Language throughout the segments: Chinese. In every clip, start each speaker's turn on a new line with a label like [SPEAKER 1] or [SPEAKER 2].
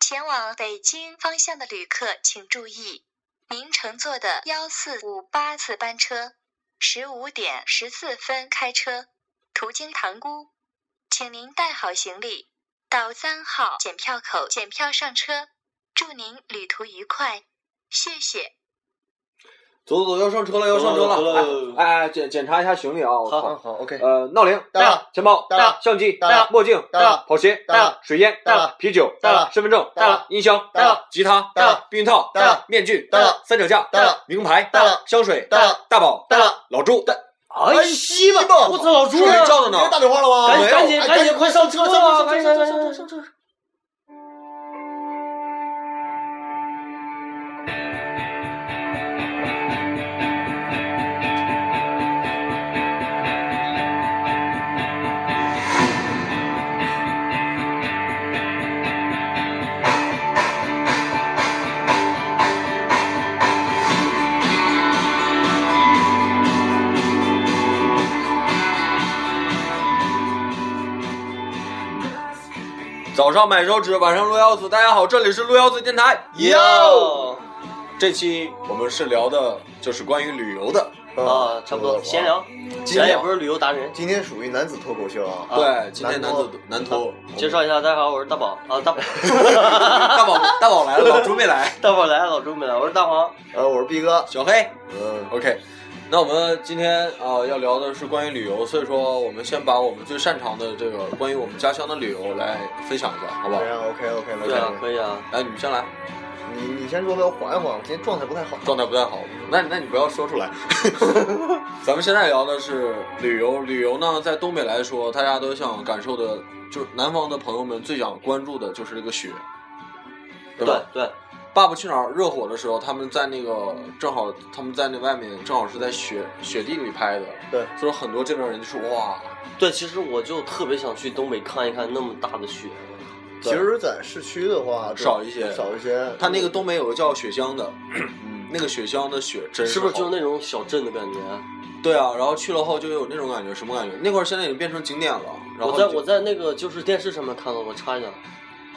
[SPEAKER 1] 前往北京方向的旅客请注意，您乘坐的幺四五八次班车十五点十四分开车，途经塘沽，请您带好行李，到三号检票口检票上车。祝您旅途愉快，谢谢。
[SPEAKER 2] 走走走，要上车了，要上车
[SPEAKER 3] 走了走
[SPEAKER 2] 了
[SPEAKER 3] 了！
[SPEAKER 2] 哎哎，哎检检查一下行李啊！我
[SPEAKER 3] 好好
[SPEAKER 2] 操！
[SPEAKER 3] 好，OK。
[SPEAKER 2] 呃，闹铃
[SPEAKER 3] 带了，
[SPEAKER 2] 钱包
[SPEAKER 3] 带了，
[SPEAKER 2] 相机
[SPEAKER 3] 带了
[SPEAKER 2] 墨镜
[SPEAKER 3] 带了
[SPEAKER 2] 跑鞋啊
[SPEAKER 3] 带了，
[SPEAKER 2] 水烟
[SPEAKER 3] 带了，
[SPEAKER 2] 啤酒啊
[SPEAKER 3] 带了
[SPEAKER 2] 身份证
[SPEAKER 3] 带了，
[SPEAKER 2] 音箱啊
[SPEAKER 3] 带了，
[SPEAKER 2] 吉他
[SPEAKER 3] 带了，
[SPEAKER 2] 避孕套啊
[SPEAKER 3] 带了，
[SPEAKER 2] 面具
[SPEAKER 3] 带了，
[SPEAKER 2] 三脚架
[SPEAKER 3] 带了，
[SPEAKER 2] 名牌啊
[SPEAKER 3] 带了，
[SPEAKER 2] 香水
[SPEAKER 3] 带了，
[SPEAKER 2] 大宝啊
[SPEAKER 3] 带了，
[SPEAKER 2] 老朱带。
[SPEAKER 3] 哎西吧，
[SPEAKER 4] 我操，老朱
[SPEAKER 2] 睡
[SPEAKER 4] 呢？
[SPEAKER 2] 觉呢
[SPEAKER 3] 你这大腿花了吗？
[SPEAKER 4] 赶紧
[SPEAKER 2] 没有
[SPEAKER 4] 赶紧
[SPEAKER 3] 哎
[SPEAKER 4] 赶紧，快上车
[SPEAKER 3] 上
[SPEAKER 4] 啊！
[SPEAKER 3] 上
[SPEAKER 4] 快
[SPEAKER 3] 上上上
[SPEAKER 4] 快快快
[SPEAKER 3] 上上
[SPEAKER 4] 上车！
[SPEAKER 2] 早上买手指，晚上撸腰子。大家好，这里是撸腰子电台。
[SPEAKER 3] 哟
[SPEAKER 4] 哦
[SPEAKER 2] 这期我们是聊的，就是关于旅游的。
[SPEAKER 4] 啊，差不多闲。聊，
[SPEAKER 2] 闲
[SPEAKER 4] 咱也
[SPEAKER 2] 聊
[SPEAKER 4] 不是旅游达人。
[SPEAKER 3] 今天属于男子脱口秀啊，
[SPEAKER 2] 对，今天
[SPEAKER 3] 男
[SPEAKER 2] 男
[SPEAKER 3] 托
[SPEAKER 2] 子男托
[SPEAKER 4] 介绍一下，大家好，我是大宝啊， 大宝，
[SPEAKER 2] 大宝大宝来了，老朱没 来。
[SPEAKER 4] 大宝来了，老朱没来，我是大黄。
[SPEAKER 3] 呃，我是毕哥，
[SPEAKER 2] 小黑
[SPEAKER 3] 嗯，
[SPEAKER 2] ，OK。那我们今天啊、要聊的是关于旅游，所以说我们先把我们最擅长的这个关于我们家乡的旅游来分享一下，好不好哎
[SPEAKER 3] 非？常 OK OK，没
[SPEAKER 4] 对啊，
[SPEAKER 3] 问题。
[SPEAKER 4] 可以啊。
[SPEAKER 2] 来，你们先来，
[SPEAKER 3] 你你先说呗，我缓一缓，我今天状态不太好。
[SPEAKER 2] 状态不太好，那那你不要说出来。咱们现在聊的是旅游，旅游呢，在东北来说，大家都想感受的，就是南方的朋友们最想关注的就是这个雪，对
[SPEAKER 4] 对
[SPEAKER 2] 吧？
[SPEAKER 4] 对，
[SPEAKER 2] 爸爸去哪儿热火的时候，他们在那个正好他们在那外面正好是在雪雪地里拍的，
[SPEAKER 3] 对，
[SPEAKER 2] 所以很多这边人就说哇，
[SPEAKER 4] 对，其实我就特别想去东北看一看那么大的雪。
[SPEAKER 3] 其实，在市区的话就
[SPEAKER 2] 少一些
[SPEAKER 3] 少一些。嗯
[SPEAKER 2] 他那个东北有个叫雪乡的，那个雪乡的雪真
[SPEAKER 4] 是
[SPEAKER 2] 好
[SPEAKER 4] 不是就是那种小镇的感觉？
[SPEAKER 2] 对啊，然后去了后就有那种感觉，什么感觉？那块儿现在已经变成景点了。然后
[SPEAKER 4] 我在
[SPEAKER 2] 你就
[SPEAKER 4] 我在那个就是电视上面看到过，插一下，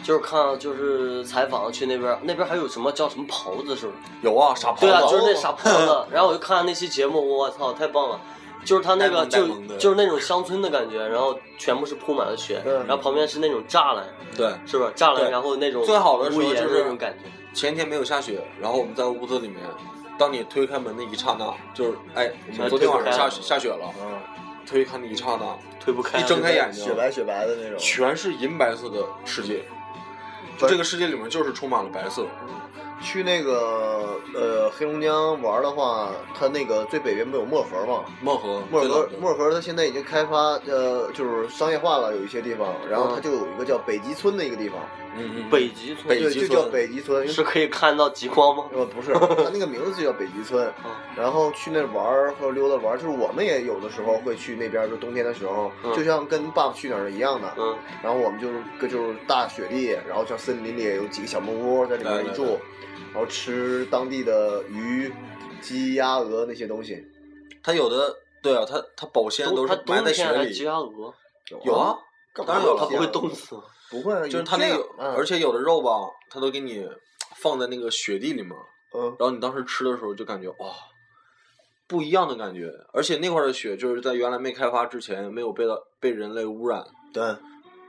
[SPEAKER 4] 就是看就是采访去那边，那边还有什么叫什么狍子是不是？
[SPEAKER 2] 有啊，傻狍
[SPEAKER 4] 对啊，
[SPEAKER 2] 子
[SPEAKER 4] 就是那傻狍子。 然后我就看那期节目，我操，太棒了！就是他那个
[SPEAKER 2] 呆
[SPEAKER 4] 就
[SPEAKER 2] 萌呆萌的
[SPEAKER 4] 就是那种乡村的感觉，然后全部是铺满了雪，
[SPEAKER 3] 嗯
[SPEAKER 4] 然后旁边是那种栅栏，
[SPEAKER 2] 对，
[SPEAKER 4] 是不是？栅栏，
[SPEAKER 2] 对
[SPEAKER 4] 然后那种
[SPEAKER 2] 最好的时候
[SPEAKER 4] 屋檐
[SPEAKER 2] 就是
[SPEAKER 4] 那种感觉。
[SPEAKER 2] 前一天没有下雪，然后我们在屋子里面，当你推开门的一刹那，就是哎，我们昨天晚上下雪下雪了，
[SPEAKER 3] 嗯，
[SPEAKER 2] 推开的一刹那，
[SPEAKER 4] 推不开，
[SPEAKER 2] 一睁开眼睛
[SPEAKER 3] 雪白雪白的那种。
[SPEAKER 2] 全是银白色的世界，就
[SPEAKER 3] 对
[SPEAKER 2] 这个世界里面就是充满了白色。
[SPEAKER 3] 去那个呃黑龙江玩的话，它那个最北边不有漠河吗？
[SPEAKER 2] 漠河，
[SPEAKER 3] 漠
[SPEAKER 2] 最冷
[SPEAKER 3] 河
[SPEAKER 2] 的，
[SPEAKER 3] 漠河它现在已经开发呃，就是商业化了，有一些地方，然后它就有一个叫北极村的一个地方，
[SPEAKER 2] 嗯嗯，
[SPEAKER 4] 北极村
[SPEAKER 2] 北
[SPEAKER 3] 对，
[SPEAKER 2] 极
[SPEAKER 3] 就
[SPEAKER 2] 村
[SPEAKER 3] 叫北极村，因为
[SPEAKER 4] 是可以看到极光吗？
[SPEAKER 3] 呃， 不是，它那个名字就叫北极村
[SPEAKER 4] 嗯。
[SPEAKER 3] 然后去那玩儿或者溜达玩儿，就是我们也有的时候会去那边儿，就冬天的时候，
[SPEAKER 4] 嗯
[SPEAKER 3] 就像跟《爸爸去哪儿》一样的。
[SPEAKER 4] 嗯，
[SPEAKER 3] 然后我们就是跟就是大雪地，然后像森林里有几个小木屋，在里面一
[SPEAKER 2] 对对
[SPEAKER 3] 住，然后吃当地的鱼、鸡、鸭、鹅那些东西。
[SPEAKER 2] 它有的对啊，它它保鲜都
[SPEAKER 4] 它
[SPEAKER 2] 是埋
[SPEAKER 4] 冬
[SPEAKER 2] 在雪
[SPEAKER 4] 天还鸡
[SPEAKER 2] 里，
[SPEAKER 4] 鸭鹅，
[SPEAKER 2] 有啊，
[SPEAKER 3] 干嘛
[SPEAKER 2] 当然
[SPEAKER 3] 要
[SPEAKER 2] 有
[SPEAKER 3] 鸡
[SPEAKER 4] 它
[SPEAKER 3] 鸭鹅，
[SPEAKER 4] 不会冻死吗？
[SPEAKER 3] 不会啊，
[SPEAKER 2] 就是它那
[SPEAKER 3] 有
[SPEAKER 2] 个
[SPEAKER 3] 这样，
[SPEAKER 2] 而且有的肉吧，它都给你放在那个雪地里面，
[SPEAKER 3] 嗯
[SPEAKER 2] 然后你当时吃的时候就感觉哇，不一样的感觉。而且那块儿的雪就是在原来没开发之前没有被到被人类污染，
[SPEAKER 3] 嗯，对，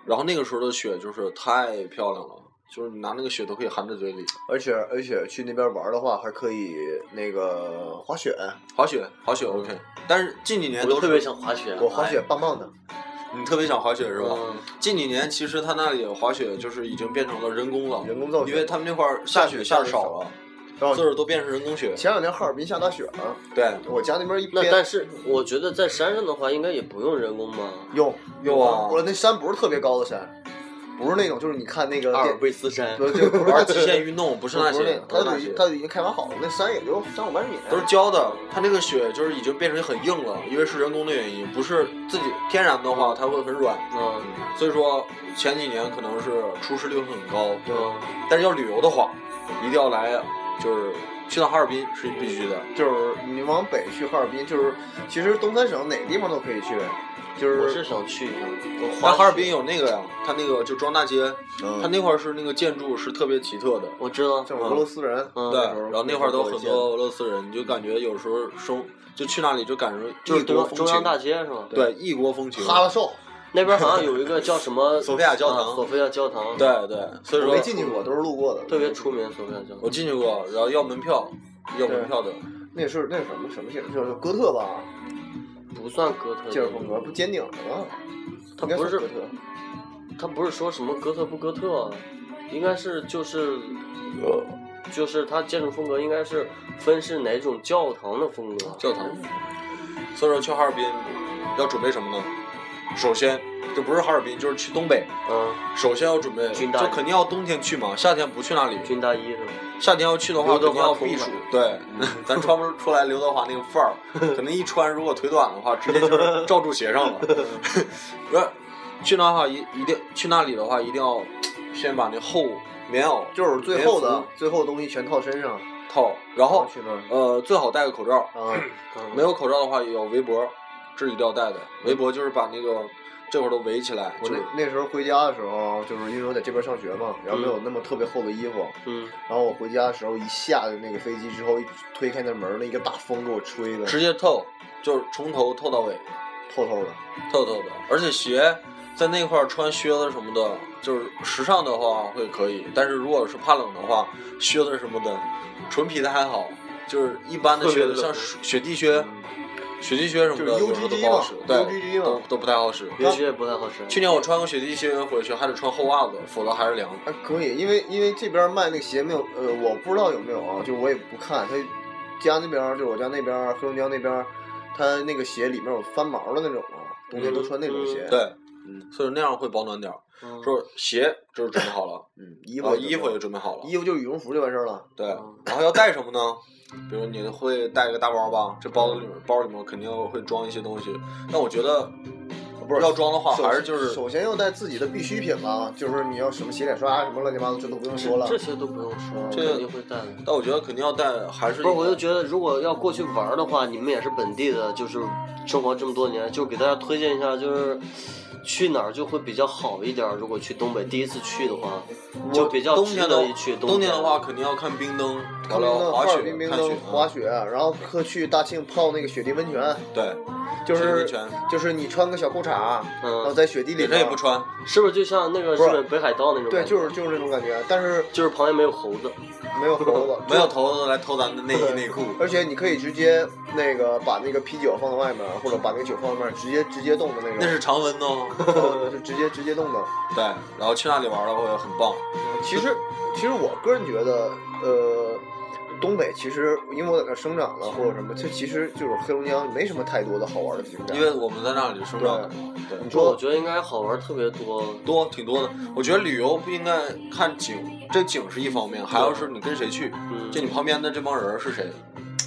[SPEAKER 2] 然后那个时候的雪就是太漂亮了，就是你拿那个雪都可以含在嘴里。
[SPEAKER 3] 而且而且去那边玩儿的话，还可以那个滑雪，
[SPEAKER 2] 滑雪，滑雪 OK，但是近几年
[SPEAKER 4] 我
[SPEAKER 2] 都
[SPEAKER 4] 特别
[SPEAKER 2] 是
[SPEAKER 4] 想滑雪，
[SPEAKER 3] 我滑
[SPEAKER 2] 哎
[SPEAKER 3] 雪棒棒的。
[SPEAKER 2] 你特别想滑雪是吧？
[SPEAKER 4] 嗯
[SPEAKER 2] 近几年其实它那里滑雪就是已经变成了人工了，
[SPEAKER 3] 人工造雪
[SPEAKER 2] 因为他们那块儿下雪下的少啊了，
[SPEAKER 3] 然后
[SPEAKER 2] 字儿都变成人工雪。
[SPEAKER 3] 前两天哈尔滨下大雪了，
[SPEAKER 2] 对，
[SPEAKER 3] 我家那边一
[SPEAKER 4] 那
[SPEAKER 3] 边
[SPEAKER 4] 但是我觉得在山上的话，应该也不用人工吧？
[SPEAKER 3] 有
[SPEAKER 2] 有啊
[SPEAKER 3] 我那山不是特别高的山，不是那种就是你看那个
[SPEAKER 4] 阿
[SPEAKER 3] 电
[SPEAKER 4] 尔，卑斯山，
[SPEAKER 3] 不是就不是
[SPEAKER 2] 玩
[SPEAKER 3] 那
[SPEAKER 2] 极限运动不是那
[SPEAKER 3] 不是
[SPEAKER 2] 些
[SPEAKER 3] 那，
[SPEAKER 2] 不是
[SPEAKER 3] 它
[SPEAKER 2] 那
[SPEAKER 3] 都
[SPEAKER 2] 些
[SPEAKER 3] 已，它都已经开发好了，那山也就三五百米，
[SPEAKER 2] 都是浇的。它那个雪就是已经变成很硬了，因为是人工的原因，不是自己天然的话它会很软。
[SPEAKER 4] 嗯
[SPEAKER 2] 所以说前几年可能是出事率会很高，
[SPEAKER 4] 嗯，
[SPEAKER 2] 但是要旅游的话，一定要来，就是去趟哈尔滨是必须的。
[SPEAKER 3] 就是你往北去哈尔滨，就是其实东三省哪个地方都可以去，就是
[SPEAKER 4] 我是想去一下。
[SPEAKER 2] 那哈尔滨有那个呀，它那个就庄大街，它
[SPEAKER 3] 嗯，
[SPEAKER 2] 那块儿是那个建筑是特别奇特的，
[SPEAKER 4] 我知道，
[SPEAKER 3] 像俄罗斯人，
[SPEAKER 4] 嗯
[SPEAKER 2] 对，
[SPEAKER 3] 时候
[SPEAKER 2] 然后那块儿都很
[SPEAKER 3] 那时候
[SPEAKER 2] 多
[SPEAKER 3] 有
[SPEAKER 2] 俄罗斯人，你就感觉有时候生就去那里就感受就
[SPEAKER 4] 就是是
[SPEAKER 2] 多
[SPEAKER 4] 中
[SPEAKER 2] 风
[SPEAKER 4] 中央
[SPEAKER 2] 情，
[SPEAKER 4] 大街是吗？
[SPEAKER 2] 对异国风情，
[SPEAKER 3] 哈拉少，
[SPEAKER 2] 嗯
[SPEAKER 4] 那边好像有一个叫什 么
[SPEAKER 2] 索菲亚教堂
[SPEAKER 4] 啊索菲亚教堂，，
[SPEAKER 2] 对对，所以
[SPEAKER 3] 我没
[SPEAKER 2] 说
[SPEAKER 3] 进去过，都是路过的。
[SPEAKER 4] 特别出名。索菲亚教
[SPEAKER 2] 我
[SPEAKER 4] 堂，
[SPEAKER 2] 进去过，然后要门票，要门票的，
[SPEAKER 3] 那是那是什么什么戏？就是哥特吧，
[SPEAKER 4] 不算哥特，
[SPEAKER 3] 建筑风格不尖顶的吗？应
[SPEAKER 4] 它
[SPEAKER 3] 该
[SPEAKER 4] 不
[SPEAKER 3] 算
[SPEAKER 4] 是
[SPEAKER 3] 哥特，
[SPEAKER 4] 他不是说什么哥特不哥特啊，应该是就是，呃，就是他建筑风格应该是分是哪种教堂的风格。啊
[SPEAKER 2] 教堂。所以说去哈尔滨要准备什么呢？首先，这不是哈尔滨，就是去东北，
[SPEAKER 4] 嗯，
[SPEAKER 2] 首先要准备，
[SPEAKER 4] 军大
[SPEAKER 2] 就肯定要冬天去嘛，夏天不去那里。
[SPEAKER 4] 军大衣是吧？
[SPEAKER 2] 夏天要去的话，
[SPEAKER 4] 刘德
[SPEAKER 2] 肯定
[SPEAKER 4] 华
[SPEAKER 2] 要嗯
[SPEAKER 4] 同
[SPEAKER 2] 避暑
[SPEAKER 4] 款。
[SPEAKER 2] 对， 咱穿不出来刘德华那个范 儿，可能一穿如果腿短的话，直接就是罩住鞋上了。 不是，去那哈一一定去那里的话，一定要先把那厚棉袄
[SPEAKER 3] 就是最后的
[SPEAKER 2] 棉
[SPEAKER 3] 最后东西全套身上，然
[SPEAKER 2] 套，然后
[SPEAKER 3] 后去那儿
[SPEAKER 2] 呃最好戴个口罩，
[SPEAKER 3] 啊，
[SPEAKER 4] 嗯
[SPEAKER 2] 没有口罩的话也有围脖，这是一定要戴的。围脖就是把那个这会儿都围起来，
[SPEAKER 3] 我
[SPEAKER 2] 就是
[SPEAKER 3] 那那时候回家的时候，就是因为我在这边上学嘛，然后没有那么特别厚的衣服，
[SPEAKER 4] 嗯，
[SPEAKER 3] 然后我回家的时候一下那个飞机之后，一推开那门儿，那一个大风给我吹的，
[SPEAKER 2] 直接透，就是从头透到尾。
[SPEAKER 3] 透透的。
[SPEAKER 2] 透透的，而且鞋在那块儿穿靴子什么的，就是时尚的话会可以，但是如果是怕冷的话，靴子什么的，纯皮的还好，就是一般的靴子，
[SPEAKER 4] 特别
[SPEAKER 2] 像
[SPEAKER 4] 冷
[SPEAKER 2] 雪地靴、雪地靴什么的，
[SPEAKER 3] 就是
[SPEAKER 2] 有时候都
[SPEAKER 3] UGG
[SPEAKER 2] 不好
[SPEAKER 3] 嘛
[SPEAKER 2] 使，
[SPEAKER 3] UGG
[SPEAKER 2] 对，
[SPEAKER 3] 嘛
[SPEAKER 2] 都都不太好使。
[SPEAKER 4] 也许也不太好吃。
[SPEAKER 2] 去年我穿个雪地靴回去，还得穿厚袜子，否则还是凉。
[SPEAKER 3] 还啊可以，因为因为这边卖那个鞋没有，呃，我不知道有没有啊，就我也不看。他家那边儿就是我家那边儿黑龙江那边儿，他那个鞋里面有翻毛的那种啊，冬天都穿那种鞋。
[SPEAKER 2] 嗯对，所以那样会保暖点儿。
[SPEAKER 4] 嗯
[SPEAKER 2] 就是鞋就是准备好了，
[SPEAKER 3] 嗯，衣
[SPEAKER 2] 衣
[SPEAKER 3] 服
[SPEAKER 2] 哦衣服也
[SPEAKER 3] 准
[SPEAKER 2] 准备好了
[SPEAKER 3] 备，衣服就是羽绒服就完事儿了。
[SPEAKER 2] 对
[SPEAKER 4] 嗯，
[SPEAKER 2] 然后要带什么呢？比如你会带个大包吧，这包里面包里面肯定会装一些东西。但我觉得，
[SPEAKER 3] 不是
[SPEAKER 2] 要装的话，
[SPEAKER 3] 首
[SPEAKER 2] 哦还是就是
[SPEAKER 3] 首先要带自己的必需品吧，就是你要什么洗脸刷啊什么乱七八糟，这都不用说了
[SPEAKER 4] 这。些都不用说，
[SPEAKER 2] 这
[SPEAKER 4] 肯定会带的。
[SPEAKER 2] 但我觉得肯定要带，还是
[SPEAKER 4] 不是，我就觉得如果要过去玩儿的话，你们也是本地的，就是生活这么多年，就给大家推荐一下，就是去哪儿就会比较好一点儿。如果去东北第一次去的话，
[SPEAKER 2] 我
[SPEAKER 4] 就比较
[SPEAKER 2] 冬
[SPEAKER 4] 值
[SPEAKER 2] 天
[SPEAKER 4] 得
[SPEAKER 2] 的
[SPEAKER 4] 一去
[SPEAKER 2] 冬
[SPEAKER 4] 天
[SPEAKER 2] 天的话，，肯定要看冰灯，
[SPEAKER 3] 看
[SPEAKER 2] 聊
[SPEAKER 3] 冰灯，
[SPEAKER 2] 聊滑
[SPEAKER 3] 哈
[SPEAKER 2] 雪
[SPEAKER 3] 尔滨、冰
[SPEAKER 2] 看雪嗯
[SPEAKER 3] 灯、滑雪，啊然后可去大庆泡那个雪地温泉，
[SPEAKER 2] 对，
[SPEAKER 3] 就
[SPEAKER 2] 雪地温
[SPEAKER 3] 是
[SPEAKER 2] 泉
[SPEAKER 3] 就是你穿个小裤衩，然后
[SPEAKER 4] 嗯，
[SPEAKER 3] 在雪地里
[SPEAKER 2] 呃也
[SPEAKER 3] 面
[SPEAKER 2] 可以不穿，
[SPEAKER 4] 是不是就像那个日
[SPEAKER 3] 不是
[SPEAKER 4] 本北海道那种感觉？
[SPEAKER 3] 对，就是就是那种感觉，但是
[SPEAKER 4] 就是旁边没有猴子，
[SPEAKER 3] 没有 猴子，
[SPEAKER 2] 没有头子来偷咱的内衣
[SPEAKER 3] 对
[SPEAKER 2] 内裤。
[SPEAKER 3] 而且你可以直接那个把那个啤酒放到外面，或者把那个酒放外面，直接直接冻的那种。
[SPEAKER 2] 那是 常温哦，
[SPEAKER 3] 呃就直接直接冻的。
[SPEAKER 2] 对，然后去那里玩的会很棒，
[SPEAKER 3] 其 实其实我个人觉得，呃，东北其实因为我在那儿生长了或者什么，这其实就是黑龙江没什么太多的好玩的地方。
[SPEAKER 2] 因为我们在那里生长的嘛，对，
[SPEAKER 3] 你
[SPEAKER 4] 我
[SPEAKER 3] 说
[SPEAKER 4] 觉得应该好玩儿特别多。
[SPEAKER 2] 多挺多的。我觉得旅游不应该看景，这景是一方面，还要是你跟谁去，
[SPEAKER 4] 嗯，
[SPEAKER 2] 就你旁边的这帮人是谁。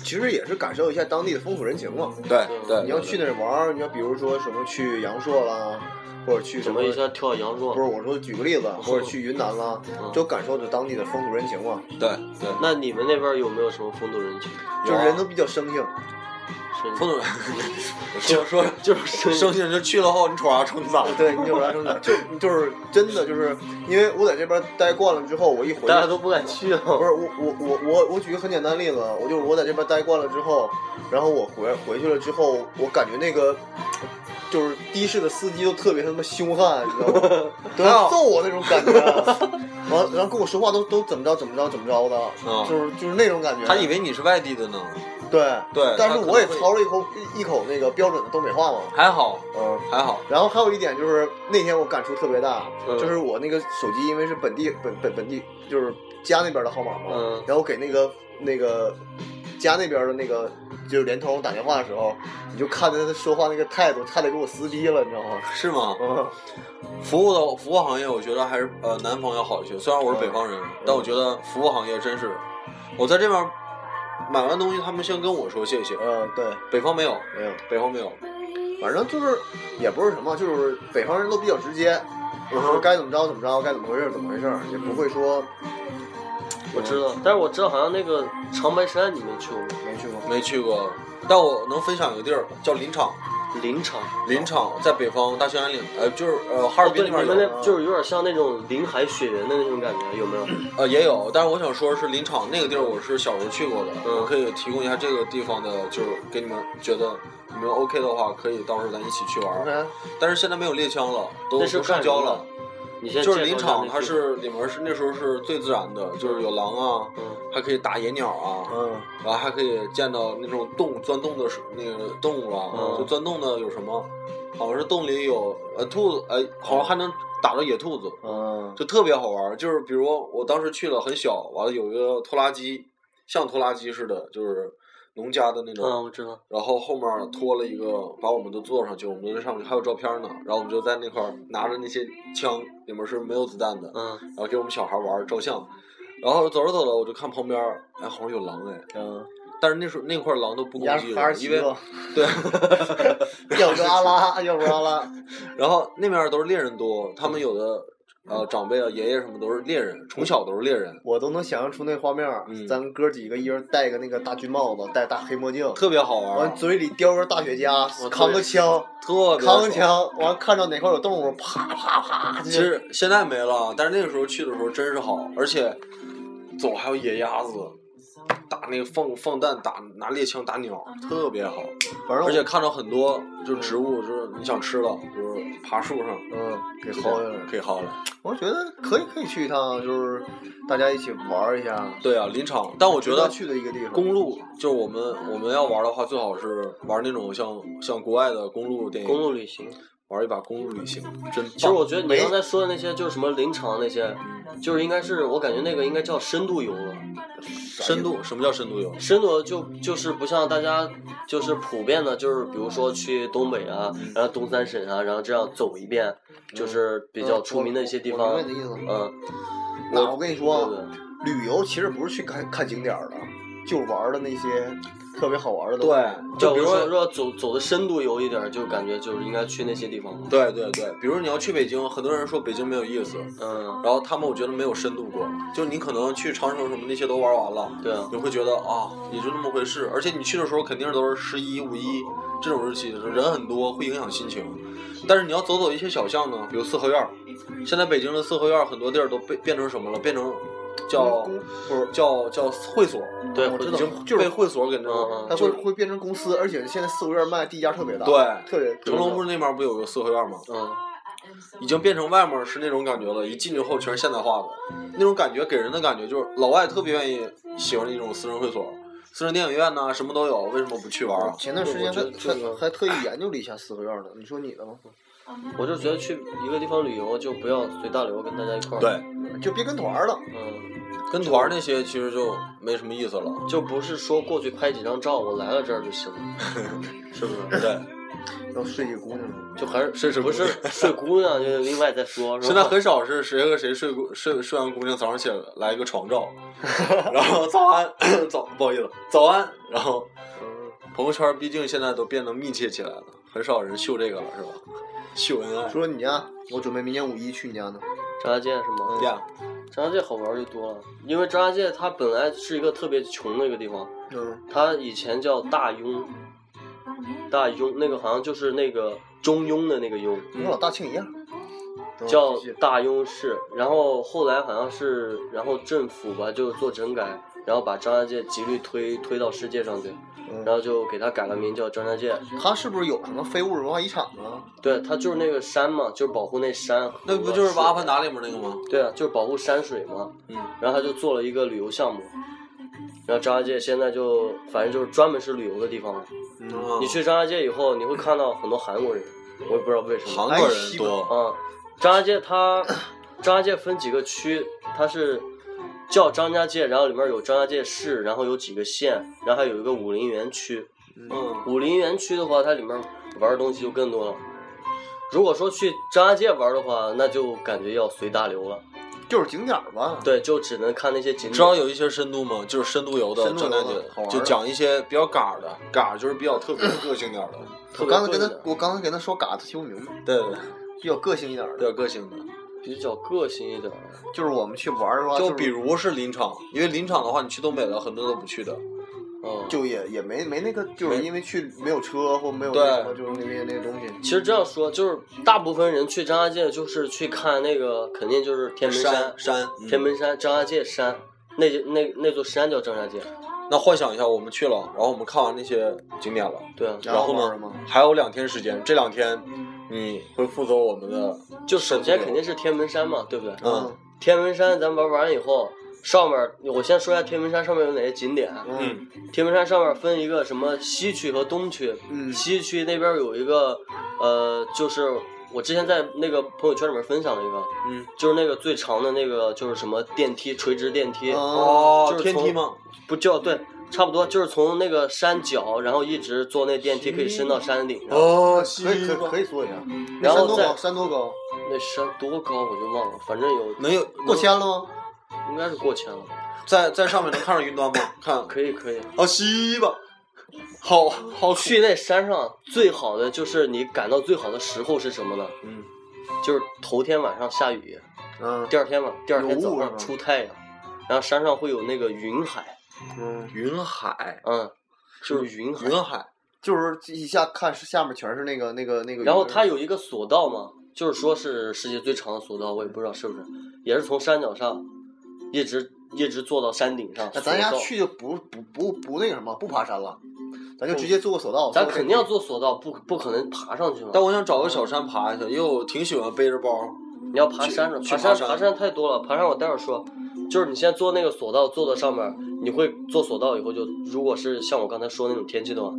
[SPEAKER 3] 其实也是感受一下当地的风土人情嘛。
[SPEAKER 2] 对
[SPEAKER 4] 对
[SPEAKER 2] 对，
[SPEAKER 3] 你要去那儿玩儿，你要比如说什么去阳朔啦，或者去什
[SPEAKER 4] 准
[SPEAKER 3] 么
[SPEAKER 4] 备一下跳嗯羊肉啊
[SPEAKER 3] 不是，。我说举个例子，或者去云南啦，就感受着当地的风土人情嘛，
[SPEAKER 2] 对对，
[SPEAKER 4] 那你们那边有没有什么风土人情？
[SPEAKER 3] 就
[SPEAKER 2] 有啊
[SPEAKER 3] 人都比较生性。
[SPEAKER 4] 是
[SPEAKER 2] 风土人
[SPEAKER 3] 嗯
[SPEAKER 2] 就 说
[SPEAKER 4] 就是
[SPEAKER 2] 生性就去了后，你瞅啊啥瞅你咋的？
[SPEAKER 3] 对，你有啥说啥，就就是真的就是，因为我在这边待惯了之后，我一回去
[SPEAKER 4] 大家都不敢去了。
[SPEAKER 3] 不是我我我我我举个很简单的例子，啊我就是我在这边待惯了之后，然后我回回去了之后，我感觉那个就是的士的司机都特别他妈凶悍，你知道 吗？都要揍我那种感觉，啊完然后跟我说话都都怎么着怎么着怎么着的，
[SPEAKER 2] 嗯
[SPEAKER 3] 就是就是那种感觉。
[SPEAKER 2] 他以为你是外地的呢，
[SPEAKER 3] 对
[SPEAKER 2] 对
[SPEAKER 3] 但
[SPEAKER 2] 他
[SPEAKER 3] 是
[SPEAKER 2] 可
[SPEAKER 3] 我也
[SPEAKER 2] 能会
[SPEAKER 3] 操了一口一口那个标准的东北话嘛，
[SPEAKER 2] 还好
[SPEAKER 3] 嗯。
[SPEAKER 2] 还好，
[SPEAKER 3] 然后还有一点就是那天我感触特别大，
[SPEAKER 4] 嗯
[SPEAKER 3] 就是我那个手机因为是本地本本本地就是家那边的号码嘛，
[SPEAKER 4] 嗯
[SPEAKER 3] 然后给那个那个家那边的那个就是联通打电话的时候，你就看着他说话那个态度，差点给我撕逼了，你知道吗？
[SPEAKER 2] 是吗？
[SPEAKER 3] 嗯，
[SPEAKER 2] 服务的服务行业，我觉得还是呃南方要好一些。虽然我是北方人，
[SPEAKER 3] 嗯
[SPEAKER 2] 但我觉得服务行业真是，我在这边买完东西，他们先跟我说谢谢，
[SPEAKER 3] 嗯，对，
[SPEAKER 2] 北方没有，
[SPEAKER 3] 没有，
[SPEAKER 2] 北方没有。
[SPEAKER 3] 反正就是也不是什么，就是北方人都比较直接，
[SPEAKER 2] 嗯
[SPEAKER 3] 就是该怎么着怎么着，该怎么回事怎么回事，也不会说
[SPEAKER 4] 我知道，嗯但是我知道好像那个长白山你没去过吗？
[SPEAKER 3] 没去过。
[SPEAKER 2] 没去过，但我能分享一个地儿叫林场，
[SPEAKER 4] 林场，
[SPEAKER 2] 林场在北方大兴安岭，呃，就是呃哈尔滨
[SPEAKER 4] 哦对，
[SPEAKER 2] 那
[SPEAKER 4] 你
[SPEAKER 2] 边
[SPEAKER 4] 们
[SPEAKER 2] 有，
[SPEAKER 4] 那就是有点像那种林海雪原的那种感觉，有没有？
[SPEAKER 2] 呃也有，但是我想说的是林场那个地儿，我是小时候去过的，
[SPEAKER 4] 嗯
[SPEAKER 2] 我可以提供一下这个地方的，就是给你们觉得你们 OK 的话，可以到时候咱一起去玩儿。
[SPEAKER 3] 看，
[SPEAKER 2] 但是现在没有猎枪了，都
[SPEAKER 4] 那
[SPEAKER 2] 都上
[SPEAKER 4] 是干什
[SPEAKER 2] 交
[SPEAKER 4] 么
[SPEAKER 2] 了
[SPEAKER 4] 的。。你先
[SPEAKER 2] 就是
[SPEAKER 4] 介绍
[SPEAKER 2] 林
[SPEAKER 4] 一下
[SPEAKER 2] 场，
[SPEAKER 4] 那
[SPEAKER 2] 它
[SPEAKER 4] 地
[SPEAKER 2] 是里面是那时候是最自然的，就是有狼啊，
[SPEAKER 4] 嗯
[SPEAKER 2] 还可以打野鸟啊，
[SPEAKER 3] 嗯，
[SPEAKER 2] 然后还可以见到那种洞钻洞的水那个动物啊，
[SPEAKER 4] 嗯
[SPEAKER 2] 就钻洞的有什么？好像是洞里有呃兔子，呃好像还能打到野兔子，
[SPEAKER 3] 嗯，
[SPEAKER 2] 就特别好玩儿。就是比如我当时去了很小，完了有一个拖拉机，像拖拉机似的，就是农家的那种，
[SPEAKER 4] 嗯，我知道。
[SPEAKER 2] 然后后面儿拖了一个，把我们都坐上去，我们都在上面还有照片呢。然后我们就在那块儿拿着那些枪，里面是没有子弹的，
[SPEAKER 4] 嗯，
[SPEAKER 2] 然后给我们小孩玩儿照相。然后走着走着，我就看旁边儿，哎，好像有狼哎，
[SPEAKER 3] 嗯，
[SPEAKER 2] 但是那时候那块儿狼都不攻
[SPEAKER 3] 压
[SPEAKER 2] 击
[SPEAKER 3] 哈尔
[SPEAKER 2] 人，
[SPEAKER 3] 奇
[SPEAKER 2] 因为
[SPEAKER 3] 吧，
[SPEAKER 2] 对，
[SPEAKER 3] 要不阿拉， 要不阿拉，
[SPEAKER 2] 然后那面儿都是猎人多，他们有的呃长辈啊、爷爷什么都是猎人，从小都是猎人，
[SPEAKER 3] 我都能想象出那画面儿
[SPEAKER 2] 嗯。
[SPEAKER 3] 咱们哥几个一人戴个那个大军帽子，戴大黑墨镜，
[SPEAKER 2] 特别好玩儿
[SPEAKER 3] 完，嘴里叼根大雪茄，扛个枪，
[SPEAKER 2] 特别
[SPEAKER 3] 扛个
[SPEAKER 2] 爽
[SPEAKER 3] 枪，完看着哪块有动物，啪啪啪，
[SPEAKER 2] 其实现在没了，但是那个时候去的时候真是好，而且走还有野鸭子，打那个放放弹，打拿猎枪打鸟，特别好。
[SPEAKER 3] 反正
[SPEAKER 2] 而且看到很多就植物，就是你想吃了，就是爬树上
[SPEAKER 3] 嗯，给
[SPEAKER 2] 就
[SPEAKER 3] 薅下来
[SPEAKER 2] 这样
[SPEAKER 3] 了。
[SPEAKER 2] 可以薅了。
[SPEAKER 3] 我觉得可以可以去一趟，就是大家一起玩儿一下。
[SPEAKER 2] 对啊，林场，但我觉得
[SPEAKER 3] 值去的一个地方，
[SPEAKER 2] 公路就是我们我们要玩的话，最好是玩那种像像国外的公路电影，
[SPEAKER 4] 公路旅行。
[SPEAKER 2] 玩一把公路旅行，真
[SPEAKER 4] 其实
[SPEAKER 2] 棒。
[SPEAKER 4] 我觉得你
[SPEAKER 3] 没
[SPEAKER 4] 刚才说的那些，就是什么林场那些，就是应该是我感觉那个应该叫深度游了。
[SPEAKER 2] 深度什么叫深度游？
[SPEAKER 4] 深度就就是不像大家就是普遍的，就是比如说去东北啊，然后东三省啊，然后这样走一遍，就是比较出名的一些地
[SPEAKER 3] 嗯我
[SPEAKER 4] 方
[SPEAKER 3] 我。明白你的意思。
[SPEAKER 4] 嗯，
[SPEAKER 3] 那我跟你说
[SPEAKER 4] 对
[SPEAKER 3] 啊，
[SPEAKER 4] 对。
[SPEAKER 3] 旅游其实不是去看看景点儿的，就玩儿的那些特别好玩儿的。，
[SPEAKER 2] 对，
[SPEAKER 4] 就
[SPEAKER 2] 就
[SPEAKER 4] 比
[SPEAKER 2] 比
[SPEAKER 4] 如
[SPEAKER 2] 如
[SPEAKER 4] 说，
[SPEAKER 2] 说
[SPEAKER 4] 如果走走的深度游一点儿，就感觉就是应该去那些地方嘛。
[SPEAKER 2] 对对对，比如你要去北京，很多人说北京没有意思，
[SPEAKER 4] 嗯，
[SPEAKER 2] 然后他们我觉得没有深度过，就你可能去长城什么那些都玩完了，
[SPEAKER 4] 对啊
[SPEAKER 2] 你会觉得啊也就那么回事，而且你去的时候肯定都是十一、五一这种日期，人很多会影响心情。但是你要走走一些小巷呢，比如四合院儿，现在北京的四合院儿很多地儿都被变成什么了？变成叫
[SPEAKER 3] 公不是
[SPEAKER 2] 叫叫会所，
[SPEAKER 4] 对，
[SPEAKER 3] 我知
[SPEAKER 2] 已
[SPEAKER 3] 道
[SPEAKER 2] 经
[SPEAKER 3] 就是
[SPEAKER 2] 被会所给那
[SPEAKER 4] 嗯嗯嗯
[SPEAKER 3] 它
[SPEAKER 2] 就
[SPEAKER 3] 会
[SPEAKER 2] 是
[SPEAKER 3] 会变成公司，而且现在四合院卖地价特别大，
[SPEAKER 2] 对
[SPEAKER 3] 特别
[SPEAKER 2] 成龙不是那边儿不有个四合院儿吗？
[SPEAKER 4] 嗯，
[SPEAKER 2] 已经变成外面是那种感觉了，一进去后全是现代化的，那种感觉给人的感觉就是老外特别愿意喜欢那种私人会所、私人电影院呐、什么都有，为什么不去玩啊？
[SPEAKER 3] 前段时间
[SPEAKER 4] 我觉得哦这
[SPEAKER 3] 还
[SPEAKER 4] 个
[SPEAKER 3] 还还特意研究了一下四合院呢，你说你的吗？
[SPEAKER 4] 我就觉得去一个地方旅游，就不要随大流，跟大家一块儿。，
[SPEAKER 2] 对，
[SPEAKER 3] 就别跟团儿了，
[SPEAKER 4] 嗯，
[SPEAKER 2] 跟团儿那些其实就没什么意思了。
[SPEAKER 4] 就不是说过去拍几张照，我来了这儿就行 了，是不是？
[SPEAKER 2] 对，
[SPEAKER 3] 要睡这姑娘了。
[SPEAKER 4] 就还是睡不是睡姑娘，就是另外再说。是吧
[SPEAKER 2] 现在很少是谁和谁睡过睡睡完姑娘，早上起来来一个床照，然后早安 早不好意思早安，然后
[SPEAKER 3] 嗯
[SPEAKER 2] 朋友圈毕竟现在都变得密切起来了，很少人秀这个了是吧？秀恩爱，
[SPEAKER 3] 说你家，我准备明年五一去你家呢。
[SPEAKER 4] 张家界是吗？
[SPEAKER 2] 呀，
[SPEAKER 4] 张家界好玩儿就多了，因为张家界它本来是一个特别穷的一个地方，
[SPEAKER 3] 嗯，
[SPEAKER 4] 它以前叫大庸，大庸那个好像就是那个中庸的那个庸，
[SPEAKER 3] 跟老大庆一样，嗯
[SPEAKER 4] 叫
[SPEAKER 3] 继续
[SPEAKER 4] 大庸市。然后后来好像是，然后政府吧就做整改，然后把张家界极力推推到世界上去，
[SPEAKER 3] 嗯
[SPEAKER 4] 然后就给它改了名叫张家界。
[SPEAKER 3] 他是不是有什么非物质文化遗产呢？
[SPEAKER 4] 对，它就是那个山嘛，就是保护那山。
[SPEAKER 2] 那不就是《阿凡达》？里面那个吗？
[SPEAKER 4] 对啊，就是保护山水嘛。
[SPEAKER 2] 嗯。
[SPEAKER 4] 然后他就做了一个旅游项目，然后张家界现在就反正就是专门是旅游的地方了。
[SPEAKER 2] 嗯
[SPEAKER 4] 你去张家界以后，你会看到很多韩国人，我也不知道为什么。
[SPEAKER 2] 韩国人多，
[SPEAKER 4] 啊，张家界它，张家界分几个区，它是叫张家界，然后里面有张家界市，然后有几个县，然后还有一个武陵源区。
[SPEAKER 2] 嗯，
[SPEAKER 4] 武陵源区的话，它里面玩的东西就更多了。如果说去张家界玩的话，那就感觉要随大流了。
[SPEAKER 3] 就是景点儿吧。
[SPEAKER 4] 对，就只能看那些景点。
[SPEAKER 2] 知道有一些深度吗？就是深度游的
[SPEAKER 3] 深度游
[SPEAKER 2] 张
[SPEAKER 3] 的
[SPEAKER 2] 大
[SPEAKER 3] 好玩
[SPEAKER 2] 姐，
[SPEAKER 3] 儿
[SPEAKER 2] 就讲一些比较嘎儿的，嘎儿就是比较特别个性点儿的，
[SPEAKER 4] 特
[SPEAKER 3] 我
[SPEAKER 4] 别
[SPEAKER 3] 刚才
[SPEAKER 4] 贵
[SPEAKER 3] 跟
[SPEAKER 4] 的，
[SPEAKER 3] 他，我刚才跟他说嘎，他听不明白。
[SPEAKER 2] 对对，
[SPEAKER 3] 比较个性一点儿
[SPEAKER 2] 比
[SPEAKER 3] 的，
[SPEAKER 2] 较个性的。
[SPEAKER 4] 比较个性一点儿。
[SPEAKER 3] 啊就是我们去玩儿的话，
[SPEAKER 2] 就
[SPEAKER 3] 就是
[SPEAKER 2] 比如是林场，因为林场的话，你去东北的很多都不去的，嗯，
[SPEAKER 3] 就也也没没那个，就是
[SPEAKER 2] 没
[SPEAKER 3] 因为去没有车或没有
[SPEAKER 2] 对
[SPEAKER 3] 那什么，就是那些那些东西。
[SPEAKER 4] 其实这样说，就是大部分人去张家界就是去看那个，肯定就是天门
[SPEAKER 2] 山
[SPEAKER 4] 山，
[SPEAKER 2] 山嗯
[SPEAKER 4] 天门山、张家界山，那那那座山叫张家界。
[SPEAKER 2] 那幻想一下，我们去了，然后我们看完那些景点了，
[SPEAKER 4] 对啊，
[SPEAKER 2] 然
[SPEAKER 3] 然
[SPEAKER 2] 后
[SPEAKER 3] 后玩儿
[SPEAKER 2] 呢
[SPEAKER 3] 吗，
[SPEAKER 2] 还有两天时间，这两天你会负责我们的，
[SPEAKER 4] 就首先肯定是天门山嘛，对不对？
[SPEAKER 3] 啊
[SPEAKER 2] 嗯
[SPEAKER 4] 天门山咱玩完以后，上面我先说一下天门山上面有哪些景点。啊
[SPEAKER 3] 嗯
[SPEAKER 4] 天门山上面分一个什么西区和东区，
[SPEAKER 3] 嗯
[SPEAKER 4] 西区那边有一个，呃，就是我之前在那个朋友圈里面分享了一个，
[SPEAKER 2] 嗯，
[SPEAKER 4] 就是那个最长的那个就是什么电梯，垂直电梯，
[SPEAKER 2] 哦
[SPEAKER 4] 就，是
[SPEAKER 2] 天梯
[SPEAKER 4] 从
[SPEAKER 2] 吗？
[SPEAKER 4] 不就对，差不多就是从那个山脚，然后一直坐那电梯可以伸到山顶上。
[SPEAKER 2] 哦，西
[SPEAKER 3] 可以可以可
[SPEAKER 2] 以，
[SPEAKER 3] 以坐一下。那
[SPEAKER 4] 嗯然
[SPEAKER 3] 山
[SPEAKER 4] 后
[SPEAKER 3] 多
[SPEAKER 4] 再
[SPEAKER 3] 高？山多高？
[SPEAKER 4] 那山多高我就忘了，反正有
[SPEAKER 2] 能有
[SPEAKER 3] 过
[SPEAKER 2] 过
[SPEAKER 3] 千了吗？
[SPEAKER 4] 应该是过千了。
[SPEAKER 2] 在在上面能看上云端吗？看，
[SPEAKER 4] 可以可以，
[SPEAKER 2] 哦，西吧，好好
[SPEAKER 4] 去那山上最好的就是你感到最好的时候是什么呢？
[SPEAKER 2] 嗯，
[SPEAKER 4] 就是头天晚上下雨，
[SPEAKER 3] 嗯
[SPEAKER 4] 第二天晚第二天
[SPEAKER 3] 有
[SPEAKER 4] 早
[SPEAKER 3] 雾是吧
[SPEAKER 4] 上出太阳，然后山上会有那个云海，
[SPEAKER 3] 嗯，
[SPEAKER 2] 云海，
[SPEAKER 4] 嗯，就是云海。
[SPEAKER 2] 云海，
[SPEAKER 3] 就是一下看是下面全是那个那个那个。
[SPEAKER 4] 然后它有一个索道嘛，就是说是世界最长的索道，我也不知道是不是，也是从山脚上一直一直坐到山顶上。
[SPEAKER 3] 那咱家
[SPEAKER 4] 索道，
[SPEAKER 3] 去就不不不不那个什么，不爬山了，咱就直接坐个索道。
[SPEAKER 4] 咱
[SPEAKER 3] 坐个
[SPEAKER 4] 肯定要坐索道，不不可能爬上去嘛。
[SPEAKER 2] 但我想找个小山爬一下，因为我挺喜欢背着包，
[SPEAKER 4] 你要爬山上，
[SPEAKER 2] 去
[SPEAKER 4] 爬
[SPEAKER 2] 爬
[SPEAKER 4] 山
[SPEAKER 2] 山
[SPEAKER 4] 爬山太多了，爬山我待会儿说。就是你先坐那个索道，坐到上面，你会坐索道以后就，如果是像我刚才说那种天气的话，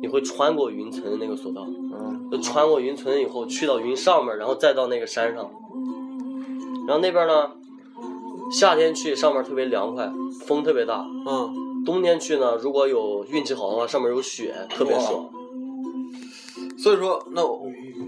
[SPEAKER 4] 你会穿过云层的那个索道，
[SPEAKER 3] 嗯
[SPEAKER 4] 就穿过云层以后去到云上面，然后再到那个山上，然后那边呢，夏天去上面特别凉快，风特别大，
[SPEAKER 2] 嗯，
[SPEAKER 4] 冬天去呢，如果有运气好的话，上面有雪，特别爽。
[SPEAKER 2] 所以说那我